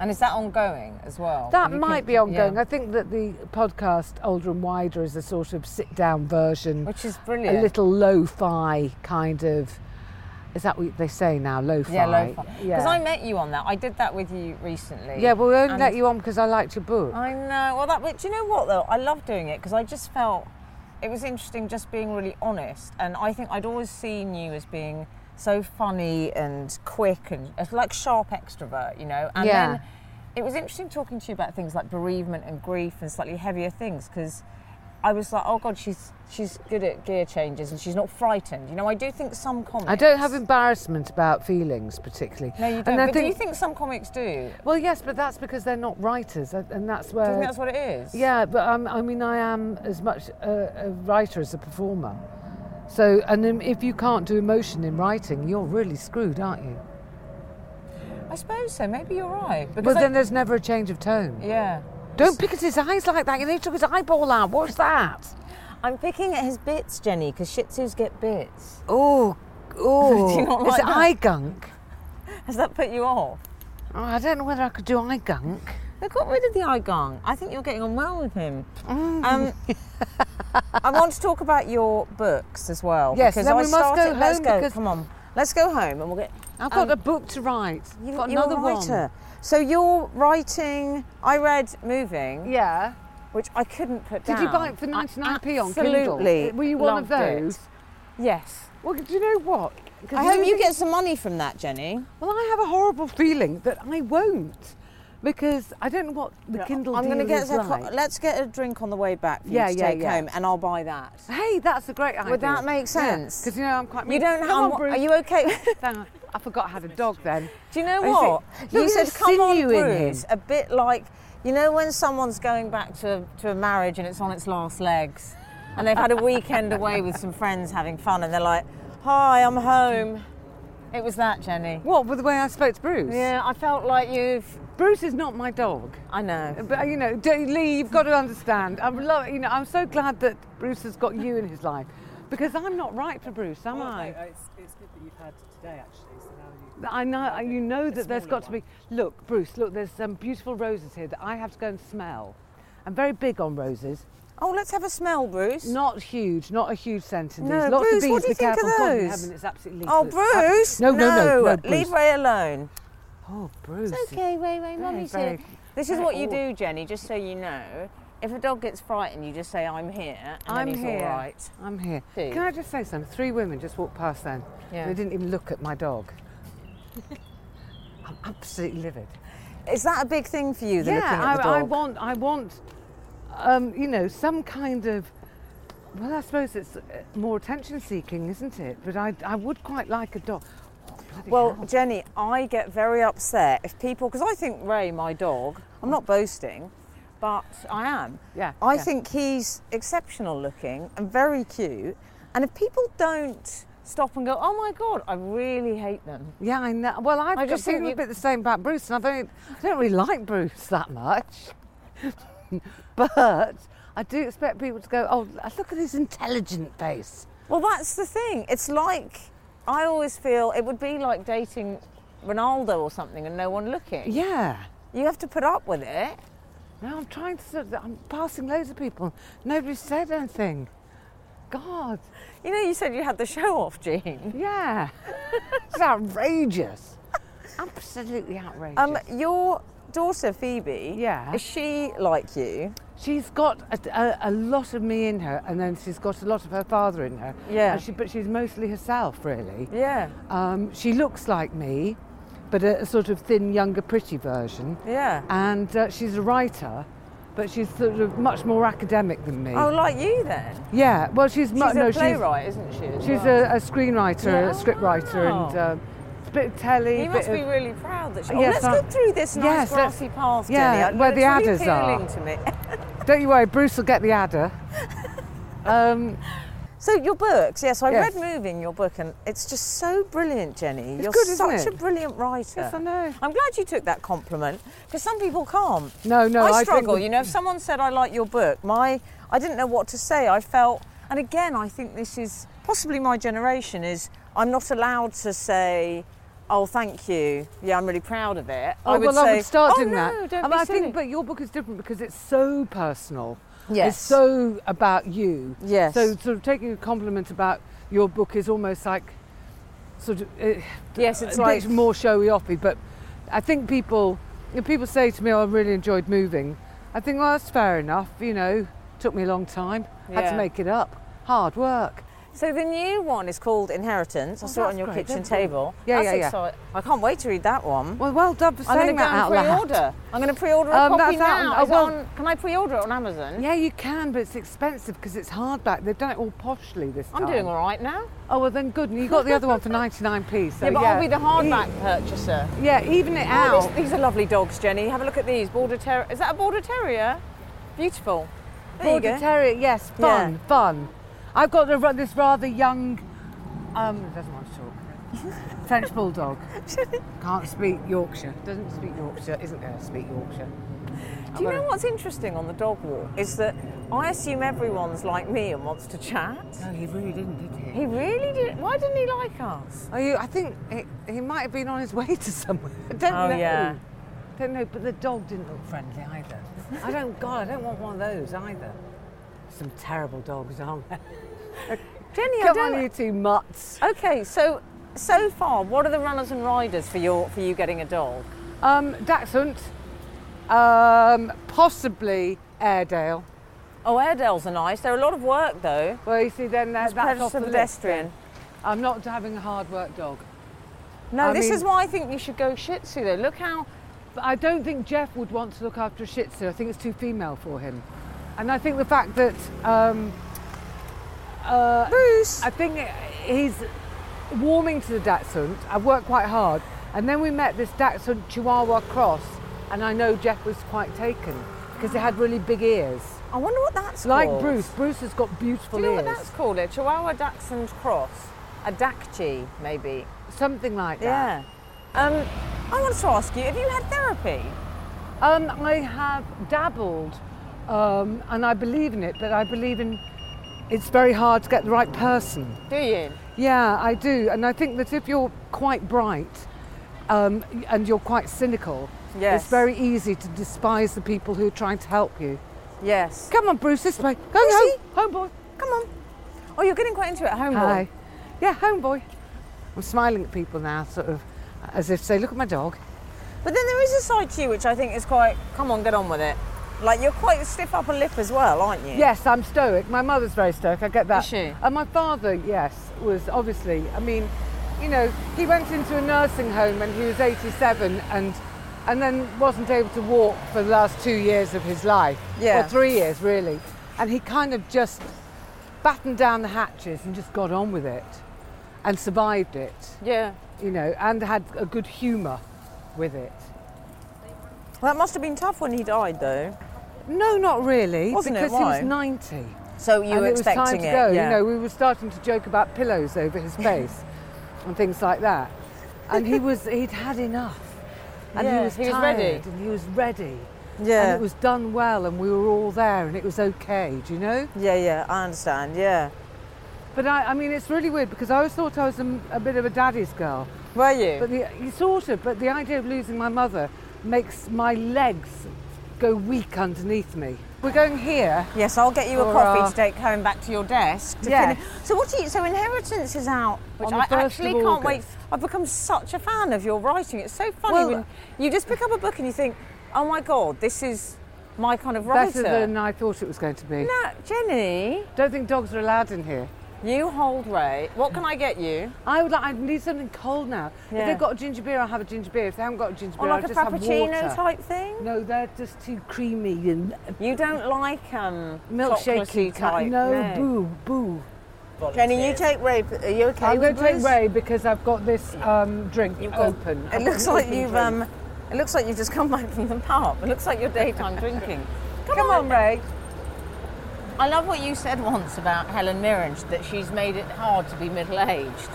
Speaker 3: And is that ongoing as well?
Speaker 1: That
Speaker 3: Oh, You
Speaker 1: might
Speaker 3: keep-
Speaker 1: be ongoing.
Speaker 3: yeah.
Speaker 1: I think that the podcast Older and Wider is a sort of sit down version,
Speaker 3: Which is brilliant.
Speaker 1: A little lo fi kind of. Is that what they say now? Lo fi?
Speaker 3: Yeah, low fi. Because
Speaker 1: Yeah.
Speaker 3: I met you on that. I did that with you recently.
Speaker 1: yeah, well, we only
Speaker 3: and-
Speaker 1: let you on because I liked your book.
Speaker 3: I know. Well, that. But do you know what though? I love doing it because I just felt it was interesting, just being really honest. And I think I'd always seen you as being so funny and quick and it's like sharp extrovert, you know. And
Speaker 1: Yeah.
Speaker 3: then it was interesting talking to you about things like bereavement and grief and slightly heavier things because. I was like, oh god, she's she's good at gear changes and she's not frightened. You know, I do think some comics.
Speaker 1: I don't have embarrassment about feelings particularly.
Speaker 3: No, you don't.
Speaker 1: And I
Speaker 3: But do you think some comics do?
Speaker 1: Well, yes, but that's because they're not writers, and and that's
Speaker 3: Do you
Speaker 1: where.
Speaker 3: think that's what it is?
Speaker 1: Yeah, but um, I mean, I am as much a, a writer as a performer. So, and then if you can't do emotion in writing, you're really screwed, aren't you?
Speaker 3: I suppose so. Maybe you're right.
Speaker 1: Well,
Speaker 3: Because I-
Speaker 1: then there's never a change of tone.
Speaker 3: yeah.
Speaker 1: Don't pick at his eyes like that. You know, he took his eyeball out. What's that?
Speaker 3: I'm picking at his bits, Jenny, because Shih Tzus get bits.
Speaker 1: Oh,
Speaker 3: [laughs] Do you
Speaker 1: oh.
Speaker 3: not
Speaker 1: Is
Speaker 3: like
Speaker 1: it
Speaker 3: that?
Speaker 1: eye gunk?
Speaker 3: Has that put you off?
Speaker 1: Oh, I don't know whether I could do eye gunk.
Speaker 3: They got rid of the eye gong. I think you're getting on well with him.
Speaker 1: Mm.
Speaker 3: Um, I want to talk about your books as well.
Speaker 1: Yes,
Speaker 3: because
Speaker 1: then
Speaker 3: I
Speaker 1: we must go
Speaker 3: started, Let's
Speaker 1: home
Speaker 3: go.
Speaker 1: because-
Speaker 3: Come on, let's go home, and we'll get.
Speaker 1: I've got
Speaker 3: Um,
Speaker 1: a book to write.
Speaker 3: You,
Speaker 1: got
Speaker 3: you're
Speaker 1: another
Speaker 3: a
Speaker 1: one.
Speaker 3: writer. So you're writing. I read Moving,
Speaker 1: Yeah.
Speaker 3: which I couldn't put
Speaker 1: Did
Speaker 3: down.
Speaker 1: you buy it for
Speaker 3: I
Speaker 1: 99p on Kindle?
Speaker 3: absolutely
Speaker 1: Were you one of
Speaker 3: loved it.
Speaker 1: those?
Speaker 3: Yes.
Speaker 1: Well, do you know what? 'Cause
Speaker 3: I
Speaker 1: the
Speaker 3: hope
Speaker 1: only
Speaker 3: you
Speaker 1: thing-
Speaker 3: get some money from that, Jenny.
Speaker 1: Well, I have a horrible feeling that I won't because I don't know what the Kindle
Speaker 3: I'm going to
Speaker 1: deal
Speaker 3: get
Speaker 1: is
Speaker 3: a co-
Speaker 1: like.
Speaker 3: let's get a drink on the way back for you
Speaker 1: Yeah,
Speaker 3: to
Speaker 1: yeah,
Speaker 3: take
Speaker 1: yeah.
Speaker 3: home, and I'll buy that.
Speaker 1: Hey, that's a great idea.
Speaker 3: Would that make sense?
Speaker 1: Because you know I'm quite.
Speaker 3: You don't
Speaker 1: Come
Speaker 3: have.
Speaker 1: on,
Speaker 3: one-
Speaker 1: Bruce.
Speaker 3: Are you okay?
Speaker 1: [laughs]
Speaker 3: [laughs]
Speaker 1: Hang on. I forgot I had a dog then.
Speaker 3: Do you know
Speaker 1: I
Speaker 3: what?
Speaker 1: think-
Speaker 3: you
Speaker 1: Look at
Speaker 3: said,
Speaker 1: the
Speaker 3: "Come on,
Speaker 1: sinew in
Speaker 3: Bruce." A bit like you know when someone's going back to to a marriage and it's on its last legs, and they've had a [laughs] weekend away with some friends having fun, and they're like, "Hi, I'm home." It was that, Jenny.
Speaker 1: What with the way I spoke to Bruce?
Speaker 3: Yeah, I felt like you've.
Speaker 1: Bruce is not my dog.
Speaker 3: I know.
Speaker 1: But you know, d- Lee, you've got to understand. I'm lo- you know, I'm so glad that Bruce has got you in his life because I'm not right for Bruce, am I?
Speaker 4: oh, it's, it's good that you've had today, actually. So now you,
Speaker 1: I know you know that there's
Speaker 4: smaller
Speaker 1: got to be. Look, Bruce, look, there's some beautiful roses here that I have to go and smell. I'm very big on roses.
Speaker 3: Oh, let's have a smell, Bruce.
Speaker 1: Not huge, not a huge scent in these.
Speaker 3: No,
Speaker 1: Lots
Speaker 3: Bruce,
Speaker 1: of bees.
Speaker 3: what do
Speaker 1: be
Speaker 3: you think of
Speaker 1: careful. God in
Speaker 3: those?
Speaker 1: heaven, it's absolutely
Speaker 3: Oh,
Speaker 1: lethal. It's ab-
Speaker 3: Bruce!
Speaker 1: No, no, no, no, Bruce.
Speaker 3: Leave Ray alone.
Speaker 1: Oh, Bruce.
Speaker 3: It's okay, Ray, Ray, mummy's
Speaker 1: very-
Speaker 3: here. This is
Speaker 1: very
Speaker 3: what you
Speaker 1: awkward.
Speaker 3: do, Jenny, just so you know. If a dog gets frightened, you just say, I'm here, and
Speaker 1: I'm
Speaker 3: then he's
Speaker 1: here.
Speaker 3: all right.
Speaker 1: I'm here.
Speaker 3: Do.
Speaker 1: Can I just say something? Three women just walked past then.
Speaker 3: Yeah.
Speaker 1: They didn't even look at my dog. [laughs] I'm absolutely livid.
Speaker 3: Is that a big thing for you, the looking
Speaker 1: yeah,
Speaker 3: at the
Speaker 1: I, I
Speaker 3: dog?
Speaker 1: want, I want, um, you know, some kind of. Well, I suppose it's uh, more attention seeking, isn't it? But I, I would quite like a dog. Oh, bloody
Speaker 3: well,
Speaker 1: hell.
Speaker 3: Jenny, I get very upset if people, because I think Ray, my dog, I'm not boasting, but I am.
Speaker 1: Yeah,
Speaker 3: I
Speaker 1: yeah.
Speaker 3: think he's exceptional looking and very cute. And if people don't stop and go, oh my God, I really hate them.
Speaker 1: yeah, I know. Well, I've
Speaker 3: I
Speaker 1: got
Speaker 3: just think
Speaker 1: feeling a
Speaker 3: you-
Speaker 1: bit the same about Bruce, and I don't, I don't really like Bruce that much. [laughs] but I do expect people to go, oh, look at his intelligent face.
Speaker 3: Well, that's the thing. It's like I always feel it would be like dating Ronaldo or something and no one looking.
Speaker 1: Yeah.
Speaker 3: You have to put up with it.
Speaker 1: No, I'm trying to. sort of- I'm passing loads of people. Nobody's said anything. God.
Speaker 3: You know, you said you had the show [laughs] off, Jean. [laughs]
Speaker 1: Yeah. it's outrageous. Absolutely outrageous.
Speaker 3: Um, your daughter Phoebe.
Speaker 1: Yeah.
Speaker 3: Is she like you?
Speaker 1: she's got a, a, a lot of me in her, and then she's got a lot of her father in her.
Speaker 3: Yeah.
Speaker 1: And she, but she's mostly herself, really.
Speaker 3: Yeah.
Speaker 1: Um, she looks like me, but a, a sort of thin, younger, pretty version.
Speaker 3: Yeah.
Speaker 1: And uh, she's a writer, but she's sort of much more academic than me.
Speaker 3: Oh, like you then.
Speaker 1: yeah. Well, she's,
Speaker 3: She's
Speaker 1: much. no,
Speaker 3: a
Speaker 1: she's
Speaker 3: playwright, isn't she? as
Speaker 1: She's
Speaker 3: well?
Speaker 1: a, a screenwriter,
Speaker 3: Yeah.
Speaker 1: a scriptwriter, and
Speaker 3: Wow.
Speaker 1: um, a bit of telly.
Speaker 3: You
Speaker 1: bit
Speaker 3: must
Speaker 1: of,
Speaker 3: be really proud that she. Oh,
Speaker 1: Yes,
Speaker 3: let's
Speaker 1: I-
Speaker 3: go through this nice
Speaker 1: Yes, let's-
Speaker 3: grassy path,
Speaker 1: yeah,
Speaker 3: Jenny. I-
Speaker 1: where the
Speaker 3: it's
Speaker 1: adders
Speaker 3: really
Speaker 1: are.
Speaker 3: appealing to me.
Speaker 1: Don't you worry, Bruce will get the
Speaker 3: [laughs]
Speaker 1: adder. um,
Speaker 3: So your books, yes, I
Speaker 1: Yes.
Speaker 3: read Moving, your book, and it's just so brilliant, Jenny. You're
Speaker 1: good, isn't
Speaker 3: such
Speaker 1: it?
Speaker 3: a brilliant writer.
Speaker 1: Yes, I know.
Speaker 3: I'm glad you took that compliment because some people can't.
Speaker 1: no, no,
Speaker 3: I
Speaker 1: think
Speaker 3: struggle.
Speaker 1: the-
Speaker 3: You know, if someone said I like your book, my I didn't know what to say. I felt, and again, I think this is possibly my generation is I'm not allowed to say. Oh, thank you. Yeah, I'm really proud of it.
Speaker 1: Oh, well, I
Speaker 3: say,
Speaker 1: would start
Speaker 3: "Oh,
Speaker 1: doing that.
Speaker 3: no, Don't
Speaker 1: Um,
Speaker 3: be
Speaker 1: I
Speaker 3: silly."
Speaker 1: think, but your book is different because it's so personal.
Speaker 3: Yes.
Speaker 1: It's so about you.
Speaker 3: Yes.
Speaker 1: So, sort of taking a compliment about your book is almost like, sort of, uh,
Speaker 3: yes, it's
Speaker 1: a
Speaker 3: like
Speaker 1: bit more showy offy. But I think people, if people say to me, oh, "I really enjoyed moving," I think, well, that's fair enough. You know, took me a long time. Had
Speaker 3: Yeah.
Speaker 1: to make it up. Hard work.
Speaker 3: So the new one is called Inheritance. I saw it
Speaker 1: Oh, that's
Speaker 3: on your
Speaker 1: great,
Speaker 3: kitchen
Speaker 1: don't worry.
Speaker 3: table.
Speaker 1: Yeah,
Speaker 3: That's
Speaker 1: yeah, yeah.
Speaker 3: exciting. I can't wait to read that one.
Speaker 1: Well, well done for
Speaker 3: I'm
Speaker 1: saying
Speaker 3: going to go
Speaker 1: that out
Speaker 3: and
Speaker 1: loud.
Speaker 3: pre-order. I'm going to pre-order a
Speaker 1: Um,
Speaker 3: copy
Speaker 1: that's out-
Speaker 3: now.
Speaker 1: oh,
Speaker 3: Is it
Speaker 1: well-
Speaker 3: on- can I pre-order it on Amazon?
Speaker 1: Yeah, you can, but it's expensive because it's hardback. They've done it all poshly this time.
Speaker 3: I'm doing all right now.
Speaker 1: Oh well, then good. And you got the other one for 99p. So
Speaker 3: yeah, but I'll be the
Speaker 1: E-
Speaker 3: hardback purchaser.
Speaker 1: yeah, even it
Speaker 3: Oh,
Speaker 1: out.
Speaker 3: these, these are lovely dogs, Jenny. Have a look at these. Border Terrier. Is that a Border Terrier? Beautiful. There you
Speaker 1: Border
Speaker 3: go.
Speaker 1: Terrier, yes, fun,
Speaker 3: Yeah.
Speaker 1: fun. I've got a, this rather young, um, doesn't want to talk.
Speaker 3: [laughs]
Speaker 1: French bulldog. Can't speak Yorkshire. Doesn't speak Yorkshire. Isn't going to speak Yorkshire.
Speaker 3: Do you
Speaker 1: I've got
Speaker 3: know
Speaker 1: a-
Speaker 3: what's interesting on the dog walk is that I assume everyone's like me and wants to chat.
Speaker 1: No, he really didn't, did
Speaker 3: He really did. Why didn't he like us?
Speaker 1: Oh, you, I think he, he might have been on his way to somewhere. I don't
Speaker 3: Oh,
Speaker 1: know.
Speaker 3: yeah.
Speaker 1: Don't know, but the dog didn't look friendly either. I don't, God, I don't want one of those either. Some terrible dogs, aren't there?
Speaker 3: Jenny, I
Speaker 1: Come
Speaker 3: don't.
Speaker 1: on, you two mutts.
Speaker 3: Okay, so so far, what are the runners and riders for your for you getting a dog?
Speaker 1: Um, Dachshund, um, possibly Airedale,
Speaker 3: Oh, Airedales are nice. They're a lot of work though.
Speaker 1: Well, you see, then that, that's
Speaker 3: Predators
Speaker 1: off the
Speaker 3: to
Speaker 1: list.
Speaker 3: pedestrian.
Speaker 1: I'm not having a hard work dog. Oh,
Speaker 3: No,
Speaker 1: I
Speaker 3: this
Speaker 1: mean-
Speaker 3: is why I think you should go Shih Tzu though. Look how
Speaker 1: But I don't think Jeff would want to look after a Shih Tzu. I think it's too female for him. And I think the fact that um, uh,
Speaker 3: Bruce.
Speaker 1: I think he's warming to the Dachshund. I've worked quite hard, and then we met this Dachshund Chihuahua cross, and I know Jeff was quite taken because it had really big ears,
Speaker 3: I wonder what that's
Speaker 1: like
Speaker 3: called.
Speaker 1: Bruce. Bruce has got beautiful
Speaker 3: Do you know
Speaker 1: ears,
Speaker 3: what that's called? A Chihuahua Dachshund cross, a Dakchi maybe.
Speaker 1: something like that.
Speaker 3: Yeah. Um, I wanted to ask you, have you had therapy?
Speaker 1: Um, I have dabbled, um, and I believe in it, but I believe in it's very hard to get the right person.
Speaker 3: Do you?
Speaker 1: Yeah, I do, and I think that if you're quite bright um, and you're quite cynical,
Speaker 3: Yes.
Speaker 1: it's very easy to despise the people who are trying to help you.
Speaker 3: Yes.
Speaker 1: Come on, Bruce, this way. Go home, homeboy.
Speaker 3: Come on. Oh, you're getting quite into it at home.
Speaker 1: Hi. Yeah, homeboy. I'm smiling at people now, sort of, as if to say, "Look at my dog."
Speaker 3: But then there is a side to you which I think is quite, come on, get on with it. Like you're quite stiff upper lip as well, aren't you?
Speaker 1: Yes, I'm stoic. My mother's very stoic. I get that.
Speaker 3: Is she?
Speaker 1: And my father, yes, was obviously. I mean, you know, he went into a nursing home when he was 87, and and then wasn't able to walk for the last two years of his life.
Speaker 3: Yeah.
Speaker 1: Well, three years really, and he kind of just battened down the hatches and just got on with it, and survived it.
Speaker 3: Yeah.
Speaker 1: you know, and had a good humour with it.
Speaker 3: Well, that must have been tough when he died, though.
Speaker 1: No, not really,
Speaker 3: Wasn't it?
Speaker 1: because he
Speaker 3: Why?
Speaker 1: was 90.
Speaker 3: So you
Speaker 1: and
Speaker 3: were
Speaker 1: it was time
Speaker 3: expecting
Speaker 1: to
Speaker 3: it.
Speaker 1: go.
Speaker 3: yeah.
Speaker 1: You know, we were starting to joke about pillows over his
Speaker 3: [laughs]
Speaker 1: face and things like that. And he was, he'd had enough. And
Speaker 3: Yeah,
Speaker 1: he was
Speaker 3: he was
Speaker 1: tired
Speaker 3: ready.
Speaker 1: and he was ready.
Speaker 3: yeah.
Speaker 1: And it was done well and we were all there and it was okay, do you know?
Speaker 3: yeah, yeah, I understand. Yeah.
Speaker 1: But I, I mean, it's really weird because I always thought I was a, a bit of a daddy's girl.
Speaker 3: Were you?
Speaker 1: But the, you sort of, but the idea of losing my mother makes my legs go weak underneath me. We're going here.
Speaker 3: yes, I'll get you a
Speaker 1: Or,
Speaker 3: coffee
Speaker 1: uh,
Speaker 3: to take home back to your desk. to
Speaker 1: Yeah.
Speaker 3: finish- So what do you? So inheritance is out, which
Speaker 1: On the
Speaker 3: I
Speaker 1: 1st of
Speaker 3: actually can't wait.
Speaker 1: August.
Speaker 3: I've become such a fan of your writing. It's so funny
Speaker 1: Well-
Speaker 3: when you just pick up a book and you think, oh my god, this is my kind of writer.
Speaker 1: Better than I thought it was going to be.
Speaker 3: no, Jenny,
Speaker 1: Don't think dogs are allowed in here.
Speaker 3: you hold Ray. What can I get you?
Speaker 1: I would like. I need something cold now.
Speaker 3: Yeah.
Speaker 1: If they've got a ginger beer, I'll have a ginger beer. If they haven't got a ginger beer,
Speaker 3: Or Oh, like
Speaker 1: I'll
Speaker 3: a
Speaker 1: just have water.
Speaker 3: frappuccino type thing?
Speaker 1: No, they're just too creamy and
Speaker 3: You don't like um,
Speaker 1: milkshakey
Speaker 3: chocolatey type.
Speaker 1: kind. No, boo, boo.
Speaker 3: Jenny, you take Ray. Are you okay?
Speaker 1: I'm going
Speaker 3: with
Speaker 1: to take
Speaker 3: this?
Speaker 1: Ray because I've got this um, drink
Speaker 3: You've got-
Speaker 1: open. I've
Speaker 3: It
Speaker 1: got
Speaker 3: looks
Speaker 1: an
Speaker 3: like
Speaker 1: open [laughs]
Speaker 3: you've
Speaker 1: drink.
Speaker 3: um, it looks like you've just come back from the pub. It looks like your daytime drinking.
Speaker 1: Come, on, Ray.
Speaker 3: I love what you said once about Helen Mirren that she's made it hard to be middle aged.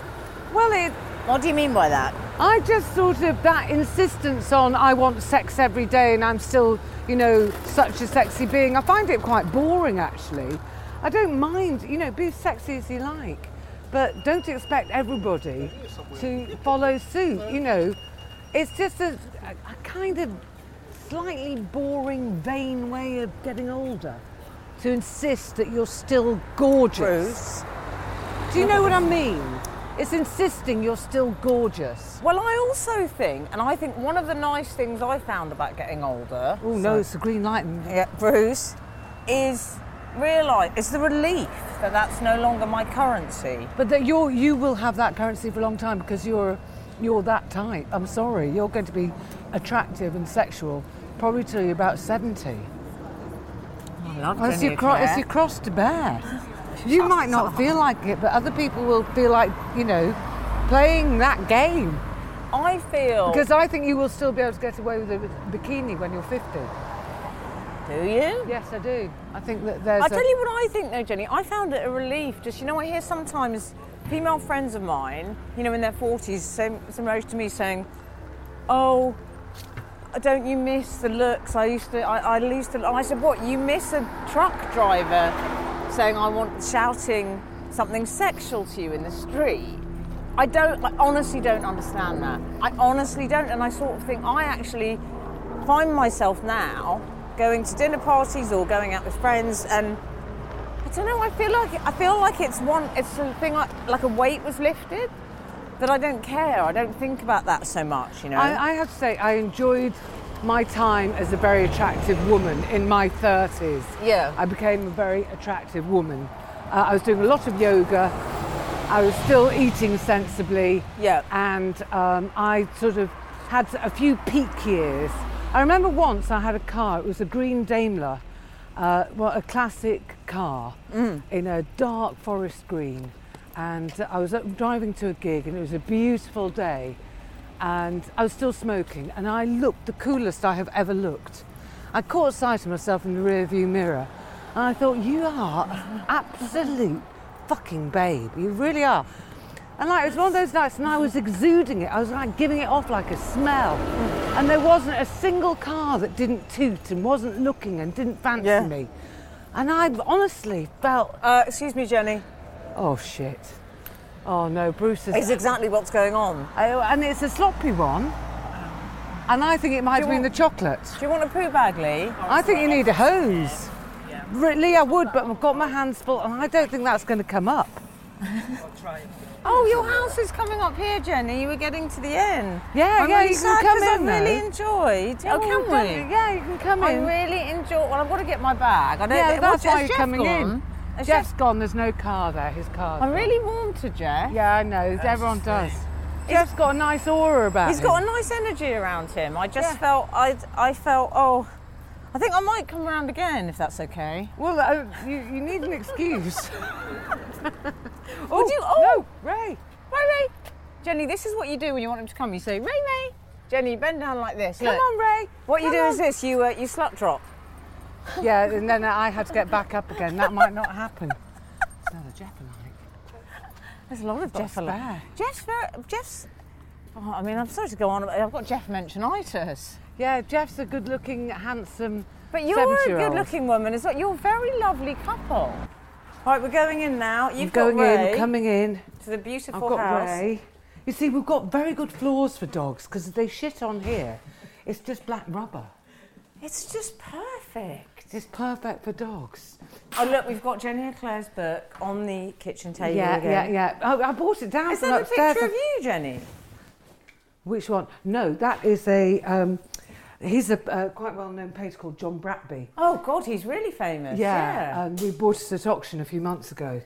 Speaker 1: Well, it,
Speaker 3: What do you mean by that?
Speaker 1: I just sort of that insistence on I want sex every day and I'm still, you know, such a sexy being. I find it quite boring actually. I don't mind, you know, be as sexy as you like, but don't expect everybody to follow suit, you know. It's just a, a kind of slightly boring, vain way of getting older to insist that you're still gorgeous. Do you know what I mean? It's insisting you're still gorgeous.
Speaker 3: Well, I also think, and I think one of the nice things I found about getting older,
Speaker 1: Oh no, it's the green light.
Speaker 3: yeah, Bruce, is realise it's the relief that that's no longer my currency.
Speaker 1: But that you you will have that currency for a long time because you're you're that type. I'm sorry, you're going to be attractive and sexual probably till you're about seventy.
Speaker 3: I love
Speaker 1: That's
Speaker 3: Jenny
Speaker 1: your, cro-
Speaker 3: Eclair.
Speaker 1: that's your cross to bear. [laughs] You might not feel like it, but other people will feel like you know playing that game
Speaker 3: I feel.
Speaker 1: because I think you will still be able to get away with a bikini when you're fifty.
Speaker 3: do you?
Speaker 1: Yes, I do. I think that there's.
Speaker 3: I'll
Speaker 1: a-
Speaker 3: tell you what I think though, Jenny. I found it a relief. Just you know, I hear sometimes female friends of mine, you know, in their forties, same similar age to me, saying, "Oh, don't you miss the looks? I used to, I, I used to." I said, "What? You miss a truck driver saying I want shouting something sexual to you in the street?" I don't. I honestly don't understand that. I honestly don't, and I sort of think I actually find myself now going to dinner parties or going out with friends and I don't know I feel like I feel like it's one it's a thing like, like a weight was lifted that I don't care I don't think about that so much you know
Speaker 1: I, I have to say, I enjoyed my time as a very attractive woman in my 30s.
Speaker 3: Yeah.
Speaker 1: I became a very attractive woman. Uh, I was doing a lot of yoga. I was still eating sensibly.
Speaker 3: Yeah.
Speaker 1: And um, I sort of had a few peak years. I remember once I had a car, it was a green Daimler, uh, well, a classic car in a dark forest green. And I was up driving to a gig and it was a beautiful day. And I was still smoking and I looked the coolest I have ever looked. I caught sight of myself in the rearview mirror and I thought, you are an absolute fucking babe. You really are. And like, it was one of those nights and I was exuding it. I was like giving it off like a smell. And there wasn't a single car that didn't toot and wasn't looking and didn't fancy
Speaker 3: Yeah.
Speaker 1: me. And I honestly felt,
Speaker 3: Uh, excuse me, Jenny.
Speaker 1: oh shit. Oh no, Bruce is.
Speaker 3: Is exactly what's going on.
Speaker 1: Oh, and it's a sloppy one. And I think it might have been the chocolate.
Speaker 3: Do you want a poo bag, Lee?
Speaker 1: I think you need a hose. Really, I would, but I've got my hands full, and I don't think that's going to come up.
Speaker 3: Oh, your house is coming up here, Jenny. You were getting to the inn.
Speaker 1: Yeah,
Speaker 3: I'm
Speaker 1: yeah,
Speaker 3: really
Speaker 1: you can
Speaker 3: sad
Speaker 1: come
Speaker 3: 'cause
Speaker 1: in,
Speaker 3: I really
Speaker 1: though.
Speaker 3: enjoyed.
Speaker 1: Yeah,
Speaker 3: oh,
Speaker 1: well, don't-
Speaker 3: can we?
Speaker 1: Yeah, you can come
Speaker 3: I
Speaker 1: in.
Speaker 3: really enjoy. Well, I've got to get my bag. I don't.
Speaker 1: yeah,
Speaker 3: get-
Speaker 1: that's
Speaker 3: What's-
Speaker 1: why
Speaker 3: has
Speaker 1: you're
Speaker 3: Jeff
Speaker 1: coming in.
Speaker 3: gone? Has
Speaker 1: Jeff's
Speaker 3: Jeff-
Speaker 1: gone. There's no car there. His car.
Speaker 3: I'm Oh, really warm to Jeff.
Speaker 1: Yeah, I know. Everyone does. Jeff's got a nice aura about
Speaker 3: He's
Speaker 1: him.
Speaker 3: got a nice energy around him. I just felt. I. I felt. Oh, I think I might come round again if that's okay.
Speaker 1: Well, uh, you, you need an excuse.
Speaker 3: [laughs]
Speaker 1: [laughs]
Speaker 3: Would you? Oh,
Speaker 1: no, Ray.
Speaker 3: Ray, Ray, Jenny. This is what you do when you want him to come. You say, Ray, Ray. Jenny, bend down like this.
Speaker 1: Come
Speaker 3: Look.
Speaker 1: on, Ray.
Speaker 3: What you
Speaker 1: Come
Speaker 3: do
Speaker 1: on.
Speaker 3: is this. You uh, you slut drop.
Speaker 1: Yeah, and then I had to get back up again. That might not
Speaker 3: [laughs]
Speaker 1: happen. It's another Jeffanite.
Speaker 3: There's a lot of Jeff.
Speaker 1: spare.
Speaker 3: al- Jeff's. Very, Jeff's. Oh, I mean, I'm sorry to go on. about I've got Jeff mentionitis.
Speaker 1: Yeah, Jeff's a good-looking, handsome.
Speaker 3: But you're a
Speaker 1: 70-year-old.
Speaker 3: good-looking woman as well. You're a very lovely couple. Right, we're going in now. You've
Speaker 1: Going
Speaker 3: got Ray
Speaker 1: in, coming in.
Speaker 3: to the
Speaker 1: I've
Speaker 3: beautiful
Speaker 1: got
Speaker 3: house.
Speaker 1: Ray. You see, we've got very good floors for dogs because they shit on here. It's just black rubber.
Speaker 3: It's just perfect.
Speaker 1: It's perfect for dogs.
Speaker 3: Oh look, we've got Jenny and Claire's book on the kitchen table
Speaker 1: Yeah,
Speaker 3: again.
Speaker 1: yeah, yeah. Oh, I bought it down
Speaker 3: Is
Speaker 1: from
Speaker 3: that a
Speaker 1: upstairs.
Speaker 3: picture of you, Jenny?
Speaker 1: Which one? No, that is a. Um, he's a uh, quite well-known painter called John Bratby.
Speaker 3: Oh God, he's really famous.
Speaker 1: and we bought it at auction a few months ago.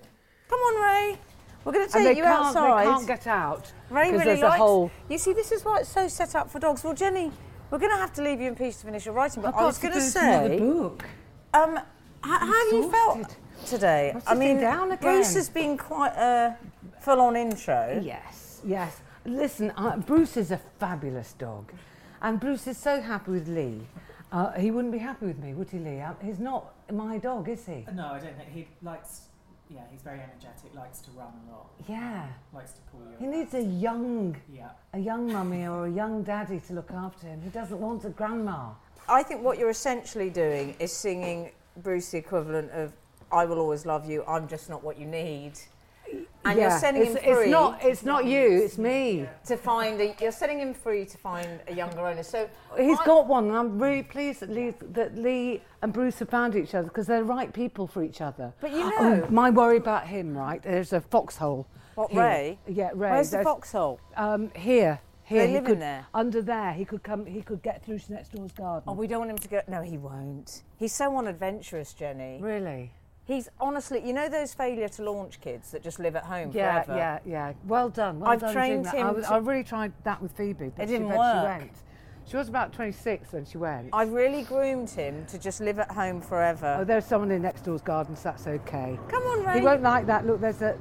Speaker 3: Come on, Ray. We're going to take
Speaker 1: and they
Speaker 3: you
Speaker 1: can't,
Speaker 3: outside.
Speaker 1: They can't get out.
Speaker 3: Ray
Speaker 1: 'cause
Speaker 3: really
Speaker 1: there's
Speaker 3: likes.
Speaker 1: a hole.
Speaker 3: You see, this is why it's so set up for dogs. Well, Jenny, we're going to have to leave you in peace to finish your writing. But
Speaker 1: I've
Speaker 3: I
Speaker 1: got
Speaker 3: was
Speaker 1: to
Speaker 3: going
Speaker 1: do
Speaker 3: to
Speaker 1: this another
Speaker 3: say,
Speaker 1: book.
Speaker 3: Um, h- how have you felt
Speaker 1: exhausted.
Speaker 3: today?
Speaker 1: I've
Speaker 3: I
Speaker 1: just been
Speaker 3: mean,
Speaker 1: down again.
Speaker 3: Bruce has been quite a full-on intro.
Speaker 1: Yes, yes. Listen, uh, Bruce is a fabulous dog, and Bruce is so happy with Lee. Uh, he wouldn't be happy with me, would he, Lee? Uh, he's not my dog, is he?
Speaker 4: No, I don't think he likes. Yeah, he's very energetic. Likes to run a lot.
Speaker 1: Yeah.
Speaker 4: Likes to pull you.
Speaker 1: He
Speaker 4: around.
Speaker 1: needs a young,
Speaker 4: Yeah.
Speaker 1: a young mummy or a young daddy to look after him. He doesn't want a grandma.
Speaker 3: I think what you're essentially doing is singing Bruce the equivalent of "I will always love you. I'm just not what you need." And you're sending
Speaker 1: it's,
Speaker 3: him free
Speaker 1: It's not, it's not you. It's me.
Speaker 3: to find a. You're setting him free to find a younger owner. So
Speaker 1: He's
Speaker 3: I-
Speaker 1: got one, and I'm really pleased that Lee, that Lee and Bruce have found each other because they're right people for each other.
Speaker 3: But you
Speaker 1: Oh,
Speaker 3: know-
Speaker 1: my worry about him, right? There's a foxhole.
Speaker 3: What,
Speaker 1: here.
Speaker 3: Ray?
Speaker 1: Yeah, Ray.
Speaker 3: Where's the
Speaker 1: There's-
Speaker 3: foxhole?
Speaker 1: Um, here. Here.
Speaker 3: They
Speaker 1: he
Speaker 3: live in
Speaker 1: could-
Speaker 3: there?
Speaker 1: Under there, he could come. He could get through to next door's garden.
Speaker 3: Oh, we don't want him to go. No, he won't. He's so unadventurous, Jenny.
Speaker 1: really?
Speaker 3: He's honestly, you know, those failure to launch kids that just live at home
Speaker 1: Yeah,
Speaker 3: forever.
Speaker 1: yeah, yeah. Well done. Well
Speaker 3: I've
Speaker 1: done
Speaker 3: trained
Speaker 1: doing that. I,
Speaker 3: him
Speaker 1: was,
Speaker 3: to-
Speaker 1: I really tried that with Phoebe, but
Speaker 3: It
Speaker 1: she
Speaker 3: didn't
Speaker 1: eventually
Speaker 3: work.
Speaker 1: went. She was about 26 when she went.
Speaker 3: I really groomed him to just live at home forever.
Speaker 1: Oh, there's someone in next door's garden, so that's okay.
Speaker 3: Come on, Ray.
Speaker 1: He won't like that. Look, there's a.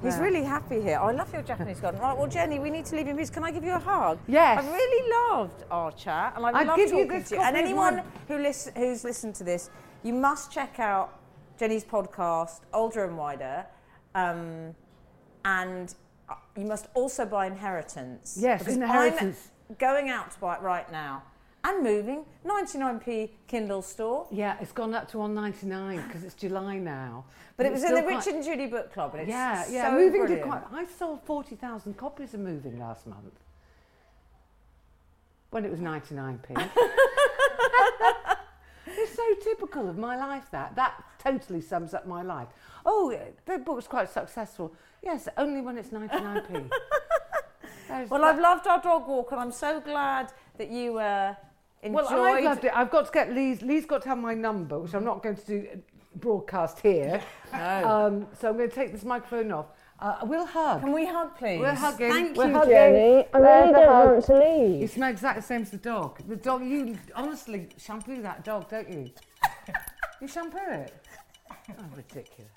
Speaker 3: He's really happy here. Oh, I love your Japanese garden. Right, well, Jenny, we need to leave him. Please, can I give you a hug?
Speaker 1: Yes.
Speaker 3: I really loved our chat, and I
Speaker 1: I'd
Speaker 3: love
Speaker 1: give you
Speaker 3: talking
Speaker 1: this
Speaker 3: to you. And
Speaker 1: copy of
Speaker 3: anyone
Speaker 1: mine.
Speaker 3: who listen, who's listened to this, you must check out Jenny's podcast, Older and Wider, um, and uh, you must also buy Inheritance.
Speaker 1: Yes,
Speaker 3: because
Speaker 1: Inheritance.
Speaker 3: I'm going out to buy it right now and moving 99p Kindle store.
Speaker 1: Yeah, it's gone up to 1.99 because it's July now.
Speaker 3: But it was in
Speaker 1: still
Speaker 3: the Rich
Speaker 1: quite-
Speaker 3: and Judy book club, and it's
Speaker 1: Yeah, yeah.
Speaker 3: so
Speaker 1: moving did
Speaker 3: brilliant.
Speaker 1: quite. I sold 40,000 copies of Moving last month. When it was [laughs] 99p. it's so typical of my life that. That totally sums up my life. [laughs] Oh, the book's quite successful. Yes, only when it's 99p.
Speaker 3: Well, I've loved our dog walk, and I'm so glad that you uh, enjoyed.
Speaker 1: Well, I've loved it. I've got to get Lee's. Lee's got to have my number, which I'm not going to do uh, broadcast here. [laughs] No. Um, so I'm going to take this microphone off. Uh, we'll hug.
Speaker 7: Can we hug, please?
Speaker 1: We're hugging.
Speaker 3: Thank
Speaker 1: We're
Speaker 3: you,
Speaker 1: hugging.
Speaker 5: Jenny. I really don't want to leave.
Speaker 1: You smell exactly the same as the dog. The dog. You honestly shampoo that dog, don't
Speaker 3: [laughs]
Speaker 1: you? you shampoo it. Oh, ridiculous.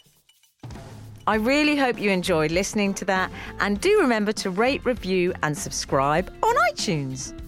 Speaker 3: I really hope you enjoyed listening to that, and do remember to rate, review, and subscribe on iTunes.